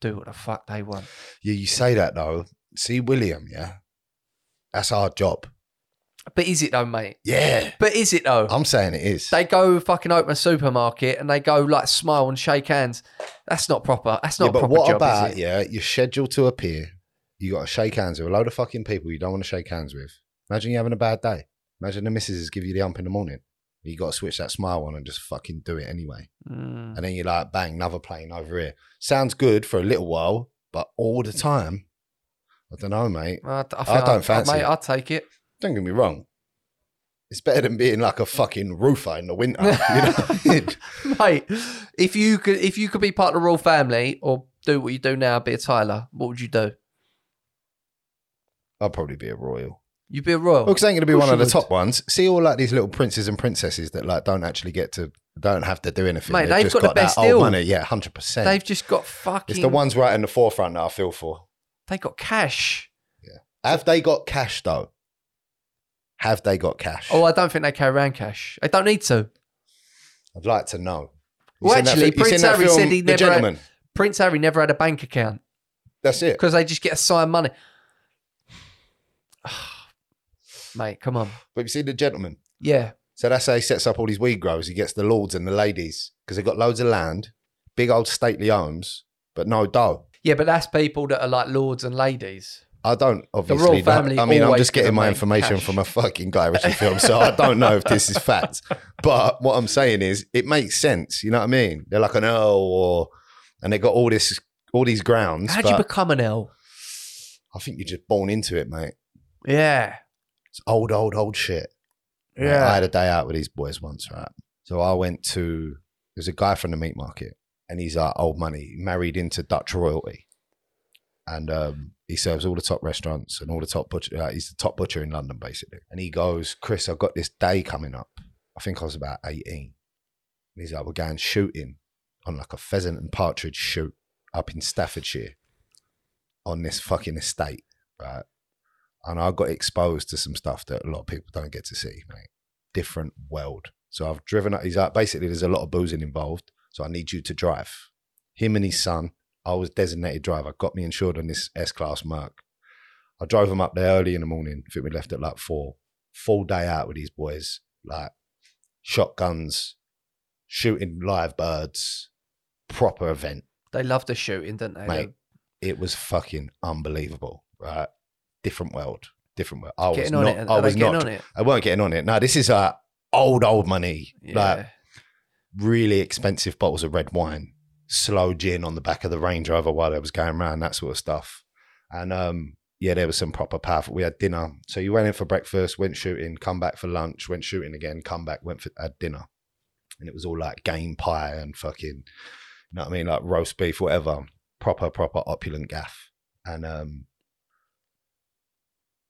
[SPEAKER 1] do what the fuck they want.
[SPEAKER 3] Yeah, you say that though. See William, yeah, that's our job.
[SPEAKER 1] But is it though, mate?
[SPEAKER 3] Yeah,
[SPEAKER 1] But is it though?
[SPEAKER 3] I'm saying it is.
[SPEAKER 1] they go fucking open a supermarket and they go like smile and shake hands. That's not proper. That's not
[SPEAKER 3] yeah,
[SPEAKER 1] a
[SPEAKER 3] but
[SPEAKER 1] proper
[SPEAKER 3] what
[SPEAKER 1] job,
[SPEAKER 3] about
[SPEAKER 1] is it?
[SPEAKER 3] yeah? You're scheduled to appear. You got to shake hands with a load of fucking people you don't want to shake hands with. Imagine you having a bad day. Imagine the missus give you the hump in the morning. You got to switch that smile on and just fucking do it anyway.
[SPEAKER 1] Mm.
[SPEAKER 3] And then you're like, bang, another plane over here. Sounds good for a little while, but all the time, I don't know, mate.
[SPEAKER 1] I, I, think
[SPEAKER 3] I don't
[SPEAKER 1] I'd-
[SPEAKER 3] fancy
[SPEAKER 1] Mate,
[SPEAKER 3] it.
[SPEAKER 1] I'll take it.
[SPEAKER 3] Don't get me wrong. It's better than being like a fucking roofer in the winter. You know what I mean?
[SPEAKER 1] Mate, if you could if you could be part of the royal family or do what you do now, be a Tyler, what would you do?
[SPEAKER 3] I'll probably be a royal.
[SPEAKER 1] You'd be a royal.
[SPEAKER 3] Well, because I Oh, ain't going to be
[SPEAKER 1] Of
[SPEAKER 3] one of the
[SPEAKER 1] course you
[SPEAKER 3] top ones. See all like these little princes and princesses that like don't actually get to, don't have to do anything.
[SPEAKER 1] Mate, they've
[SPEAKER 3] just
[SPEAKER 1] got the best
[SPEAKER 3] that
[SPEAKER 1] deal.
[SPEAKER 3] old money. Yeah, hundred percent.
[SPEAKER 1] They've just got fucking
[SPEAKER 3] It's the ones right in the forefront that I feel for.
[SPEAKER 1] they got cash.
[SPEAKER 3] Have they got cash though? Have they got cash?
[SPEAKER 1] Oh, I don't think they carry around cash. They don't need to.
[SPEAKER 3] I'd like to know. You
[SPEAKER 1] Well,
[SPEAKER 3] seen that
[SPEAKER 1] actually,
[SPEAKER 3] fi- you seen
[SPEAKER 1] Prince
[SPEAKER 3] that
[SPEAKER 1] Harry
[SPEAKER 3] film,
[SPEAKER 1] said he
[SPEAKER 3] The
[SPEAKER 1] never.
[SPEAKER 3] Gentleman?
[SPEAKER 1] Had, Prince Harry never had a bank account
[SPEAKER 3] That's it.
[SPEAKER 1] because they just get assigned money. Mate, come on.
[SPEAKER 3] But you see the gentleman.
[SPEAKER 1] Yeah,
[SPEAKER 3] So that's how he sets up all these weed grows. He gets the lords and the ladies because they've got loads of land, big old stately homes, but no dough.
[SPEAKER 1] yeah, but that's people that are like lords and ladies.
[SPEAKER 3] I don't obviously.
[SPEAKER 1] royal
[SPEAKER 3] know-
[SPEAKER 1] family
[SPEAKER 3] I mean, I'm
[SPEAKER 1] always
[SPEAKER 3] just getting
[SPEAKER 1] gonna
[SPEAKER 3] my
[SPEAKER 1] make
[SPEAKER 3] information
[SPEAKER 1] cash.
[SPEAKER 3] from a fucking Guy Ritchie film, so I don't know if this is fact. But what I'm saying is, it makes sense. You know what I mean? They're like an earl, or and they got all this, all these grounds.
[SPEAKER 1] How'd
[SPEAKER 3] but
[SPEAKER 1] you become an L?
[SPEAKER 3] I think you're just born into it, mate.
[SPEAKER 1] Yeah,
[SPEAKER 3] It's old, old, old shit. Right, I had a day out with these boys once, right? So I went to there's a guy from the meat market, and he's our old money, married into Dutch royalty, and um, he serves all the top restaurants and all the top butcher. Uh, he's the top butcher in London, basically. And he goes, Chris, I've got this day coming up. I think I was about eighteen. And he's like, we're going shooting on like a pheasant and partridge shoot up in Staffordshire on this fucking estate, right? and I got exposed to some stuff that a lot of people don't get to see, mate. Different world. So I've driven. He's like, basically, there's a lot of boozing involved. So I need you to drive. Him and his son. I was designated driver. Got me insured on this S class Merc. I drove him up there early in the morning. I think we left at like four. Full day out with these boys, like shotguns, shooting live birds, proper event
[SPEAKER 1] They love the shooting, don't they?
[SPEAKER 3] Mate, it was fucking unbelievable, right? Different world, different world. I
[SPEAKER 1] They're
[SPEAKER 3] was
[SPEAKER 1] getting on
[SPEAKER 3] not.
[SPEAKER 1] it.
[SPEAKER 3] I
[SPEAKER 1] Are they
[SPEAKER 3] was
[SPEAKER 1] getting
[SPEAKER 3] not.
[SPEAKER 1] on it?
[SPEAKER 3] I weren't getting on it. No, this is uh, old old money, like
[SPEAKER 1] Yeah.
[SPEAKER 3] really expensive bottles of red wine, slow gin on the back of the Range Rover while I was going around that sort of stuff, and um. Yeah, there was some proper powerful. We had dinner, so you went in for breakfast, went shooting, come back for lunch, went shooting again, come back, went for had dinner, and it was all like game pie and fucking, you know what I mean, like roast beef, whatever, proper proper opulent gaff and um,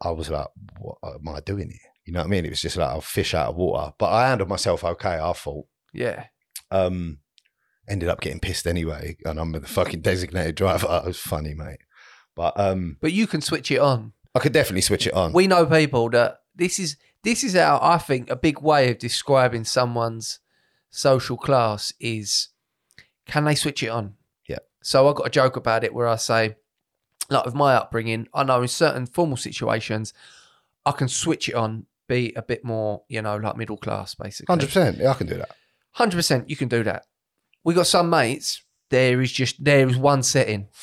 [SPEAKER 3] I was like, "What uh, am I doing here?" You know what I mean? It was just like a fish out of water. But I handled myself okay. I thought.
[SPEAKER 1] yeah.
[SPEAKER 3] Um, ended up getting pissed anyway, and I'm the fucking designated driver. It was funny, mate. But um,
[SPEAKER 1] But you can switch it on.
[SPEAKER 3] I could definitely switch it on.
[SPEAKER 1] We know people that this is this is how I think a big way of describing someone's social class is can they switch it on?
[SPEAKER 3] Yeah.
[SPEAKER 1] So I got a joke about it where I say, like with my upbringing, I know in certain formal situations, I can switch it on, be a bit more, you know, like middle class basically.
[SPEAKER 3] Hundred percent. Yeah, I can do that.
[SPEAKER 1] Hundred percent, you can do that. We got some mates. There is just there is one setting.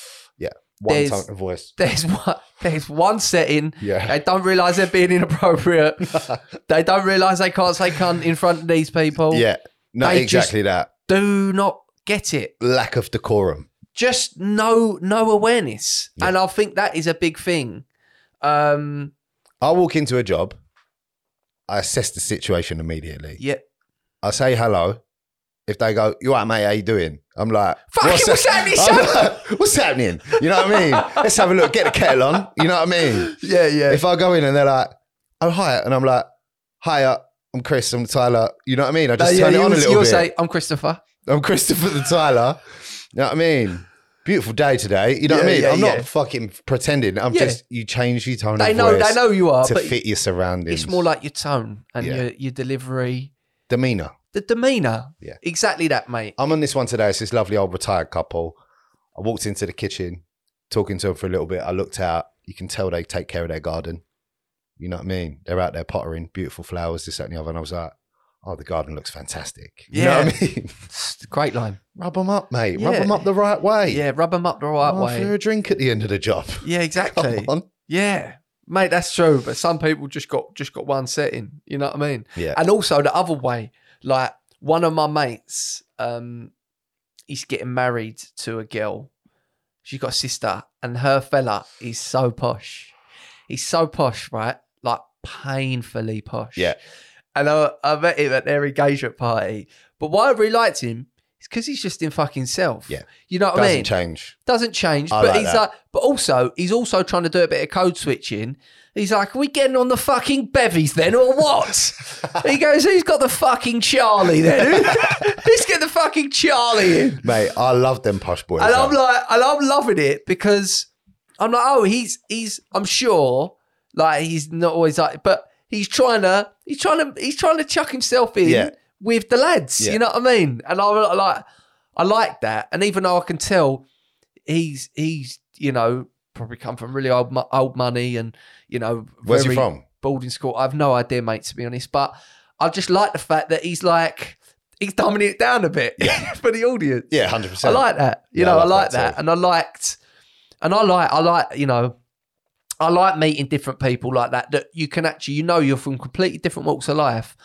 [SPEAKER 3] One
[SPEAKER 1] There's-
[SPEAKER 3] tone of voice.
[SPEAKER 1] There's one. There's one setting.
[SPEAKER 3] Yeah.
[SPEAKER 1] They don't realise they're being inappropriate. they don't realise they can't say cunt in front of these people.
[SPEAKER 3] Yeah. No,
[SPEAKER 1] They just-
[SPEAKER 3] exactly that.
[SPEAKER 1] Do not get it.
[SPEAKER 3] Lack of decorum.
[SPEAKER 1] Just no no awareness, and I think that is a big thing. Um.
[SPEAKER 3] I walk into a job. I assess the situation immediately.
[SPEAKER 1] Yeah.
[SPEAKER 3] I say hello. If they go, you all right, mate, how you doing? I'm like,
[SPEAKER 1] Fucking what's happening?
[SPEAKER 3] I'm
[SPEAKER 1] Shut
[SPEAKER 3] like, what's happening? You know what I mean? Let's have a look. Get the kettle on. You know what I mean?
[SPEAKER 1] Yeah. Yeah.
[SPEAKER 3] If I go in and they're like, oh, hi. And I'm like, hi, uh, I'm Chris, I'm Tyler. You know what I mean? I
[SPEAKER 1] Uh,
[SPEAKER 3] just turn it on a little
[SPEAKER 1] you'll
[SPEAKER 3] bit.
[SPEAKER 1] say I'm Christopher.
[SPEAKER 3] I'm Christopher the Tyler. You know what I mean? Beautiful day today. You know what I
[SPEAKER 1] Yeah,
[SPEAKER 3] mean?
[SPEAKER 1] yeah,
[SPEAKER 3] I'm
[SPEAKER 1] yeah.
[SPEAKER 3] not fucking pretending. I'm
[SPEAKER 1] Yeah.
[SPEAKER 3] just, you change your tone
[SPEAKER 1] They
[SPEAKER 3] of
[SPEAKER 1] know.
[SPEAKER 3] voice
[SPEAKER 1] They know you are,
[SPEAKER 3] to
[SPEAKER 1] but
[SPEAKER 3] fit your surroundings.
[SPEAKER 1] it's more like your tone and
[SPEAKER 3] Yeah.
[SPEAKER 1] your your delivery,
[SPEAKER 3] demeanor.
[SPEAKER 1] the demeanor.
[SPEAKER 3] Yeah.
[SPEAKER 1] Exactly that, mate.
[SPEAKER 3] I'm on this one today. It's this lovely old retired couple. I walked into the kitchen, talking to them for a little bit. I looked out. You can tell they take care of their garden. You know what I mean? They're out there pottering, beautiful flowers, this, that, and the other. And I was like, oh, the garden looks fantastic. You know what I mean?
[SPEAKER 1] Great line.
[SPEAKER 3] Rub them up, mate. Rub
[SPEAKER 1] Yeah.
[SPEAKER 3] 'em Rub them up the right way.
[SPEAKER 1] Yeah, rub them up the right
[SPEAKER 3] Oh,
[SPEAKER 1] way.
[SPEAKER 3] For a drink at the end of the job.
[SPEAKER 1] Yeah,
[SPEAKER 3] Come
[SPEAKER 1] exactly.
[SPEAKER 3] on.
[SPEAKER 1] Yeah, mate, that's true. But some people just got just got one setting. You know what I mean?
[SPEAKER 3] Yeah.
[SPEAKER 1] And also the other way, like one of my mates, um, he's getting married to a girl. She's got a sister, and her fella is so posh. He's so posh, right? Like painfully posh.
[SPEAKER 3] Yeah.
[SPEAKER 1] And I, I met him at their engagement party. But why I really liked him is because he's just in fucking self.
[SPEAKER 3] Yeah.
[SPEAKER 1] You know what
[SPEAKER 3] Doesn't
[SPEAKER 1] I mean?
[SPEAKER 3] change.
[SPEAKER 1] doesn't change.
[SPEAKER 3] I
[SPEAKER 1] but
[SPEAKER 3] like
[SPEAKER 1] he's
[SPEAKER 3] that.
[SPEAKER 1] like, but also he's also trying to do a bit of code switching. He's like, are we getting on the fucking bevies then or what? he goes, who's got the fucking Charlie then? who's got the fucking Charlie in?
[SPEAKER 3] Mate, I love them posh boys.
[SPEAKER 1] And I'm
[SPEAKER 3] though.
[SPEAKER 1] like, and I'm loving it because I'm like, oh, he's he's. I'm sure Like he's not always like, but he's trying to, he's trying to, he's trying to chuck himself in
[SPEAKER 3] Yeah.
[SPEAKER 1] with the lads.
[SPEAKER 3] Yeah.
[SPEAKER 1] You know what I mean? And I li- like, I like that. And even though I can tell he's he's you know probably come from really old mo- old money and you know
[SPEAKER 3] Where's he
[SPEAKER 1] very
[SPEAKER 3] from?
[SPEAKER 1] boarding school. I've no idea, mate. To be honest, but I just like the fact that he's like he's dumbing it down a bit for the audience.
[SPEAKER 3] Yeah, hundred
[SPEAKER 1] I
[SPEAKER 3] percent.
[SPEAKER 1] like that. You
[SPEAKER 3] Yeah,
[SPEAKER 1] know,
[SPEAKER 3] I
[SPEAKER 1] I
[SPEAKER 3] like
[SPEAKER 1] like
[SPEAKER 3] that
[SPEAKER 1] that,
[SPEAKER 3] too.
[SPEAKER 1] and I liked, and I like, I like, you know, I like meeting different people like that. That you can actually, you know, you're from completely different walks of life,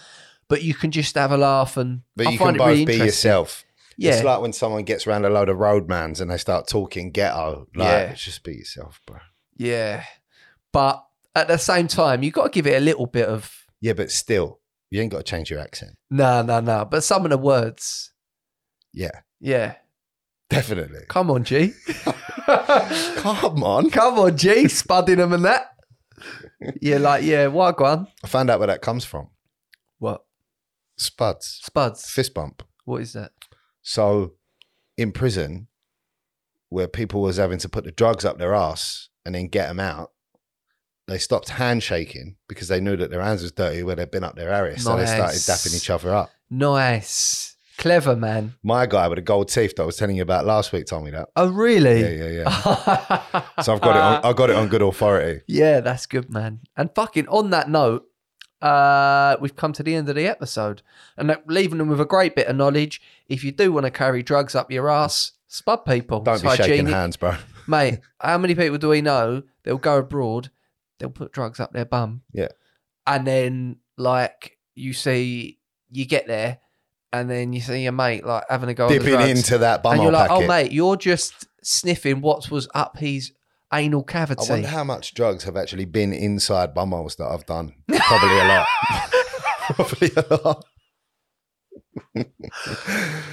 [SPEAKER 1] but you can just have a laugh and.
[SPEAKER 3] But
[SPEAKER 1] I
[SPEAKER 3] you
[SPEAKER 1] find
[SPEAKER 3] can
[SPEAKER 1] it
[SPEAKER 3] both
[SPEAKER 1] really
[SPEAKER 3] be
[SPEAKER 1] interesting.
[SPEAKER 3] yourself.
[SPEAKER 1] Yeah,
[SPEAKER 3] It's like when someone gets around a load of roadmans and they start talking ghetto. Like,
[SPEAKER 1] Yeah.
[SPEAKER 3] just be yourself, bro.
[SPEAKER 1] yeah, but at the same time, you got to give it a little bit of
[SPEAKER 3] Yeah, but still, you ain't got to change your accent.
[SPEAKER 1] no, no, no. But some of the words,
[SPEAKER 3] Yeah,
[SPEAKER 1] yeah.
[SPEAKER 3] definitely.
[SPEAKER 1] Come on, G.
[SPEAKER 3] Come on.
[SPEAKER 1] Come on, G. Spudding them and that. Yeah, like yeah, wagwan.
[SPEAKER 3] I found out where that comes from.
[SPEAKER 1] What
[SPEAKER 3] Spuds,
[SPEAKER 1] spuds?
[SPEAKER 3] fist bump.
[SPEAKER 1] What is that?
[SPEAKER 3] So in prison, where people was having to put the drugs up their ass and then get them out, they stopped handshaking because they knew that their hands was dirty where they'd been up their area. So they started
[SPEAKER 1] Nice.
[SPEAKER 3] dapping each other up.
[SPEAKER 1] Nice. Clever man.
[SPEAKER 3] My guy with the gold teeth that I was telling you about last week told me that.
[SPEAKER 1] Oh really?
[SPEAKER 3] Yeah, yeah, yeah. So I've got it. On, I got it on good authority.
[SPEAKER 1] yeah, that's good, man. And fucking on that note, uh, we've come to the end of the episode. And that- leaving them with a great bit of knowledge. If you do want to carry drugs up your ass, spud people.
[SPEAKER 3] Don't
[SPEAKER 1] It's
[SPEAKER 3] be shaking
[SPEAKER 1] hygienic.
[SPEAKER 3] hands, bro.
[SPEAKER 1] Mate, how many people do we know they'll go abroad, they'll put drugs up their bum.
[SPEAKER 3] Yeah.
[SPEAKER 1] And then like you see you get there and then you see your mate like having a go on Oh, the
[SPEAKER 3] Dipping
[SPEAKER 1] drugs.
[SPEAKER 3] into that bum
[SPEAKER 1] and you're
[SPEAKER 3] hole
[SPEAKER 1] like,
[SPEAKER 3] packet.
[SPEAKER 1] oh mate, you're just sniffing what was up his anal
[SPEAKER 3] I
[SPEAKER 1] cavity.
[SPEAKER 3] wonder how much drugs have actually been inside bumholes that I've done. Probably a lot. Probably a lot.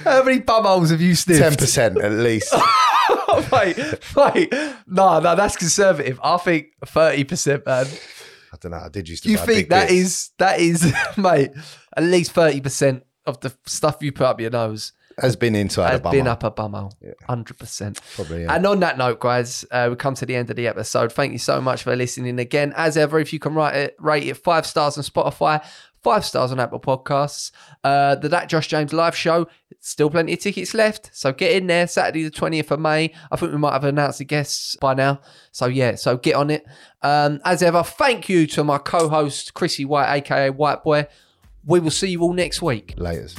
[SPEAKER 1] How many bumholes have you
[SPEAKER 3] Ten
[SPEAKER 1] sniffed?
[SPEAKER 3] percent at least.
[SPEAKER 1] wait, wait, no, no, that's conservative. I think thirty percent, man.
[SPEAKER 3] I don't know. I did used to.
[SPEAKER 1] You
[SPEAKER 3] buy
[SPEAKER 1] think
[SPEAKER 3] big
[SPEAKER 1] that
[SPEAKER 3] bits.
[SPEAKER 1] is that is, mate? At least thirty percent of the stuff you put up your nose
[SPEAKER 3] has been inside
[SPEAKER 1] has
[SPEAKER 3] a bummer?
[SPEAKER 1] been up a bumhole, hundred percent.
[SPEAKER 3] Probably. Yeah.
[SPEAKER 1] And on that note, guys, uh, we come to the end of the episode. Thank you so much for listening again. As ever, if you can write it, rate it five stars on Spotify, five stars on Apple Podcasts. Uh, the That Josh James live show, still plenty of tickets left. So get in there Saturday, the 20th of May. I think we might have announced the guests by now. So yeah, so get on it. Um, as ever, thank you to my co host, Chrissy White, aka White Boy. We will see you all next week.
[SPEAKER 3] Layers.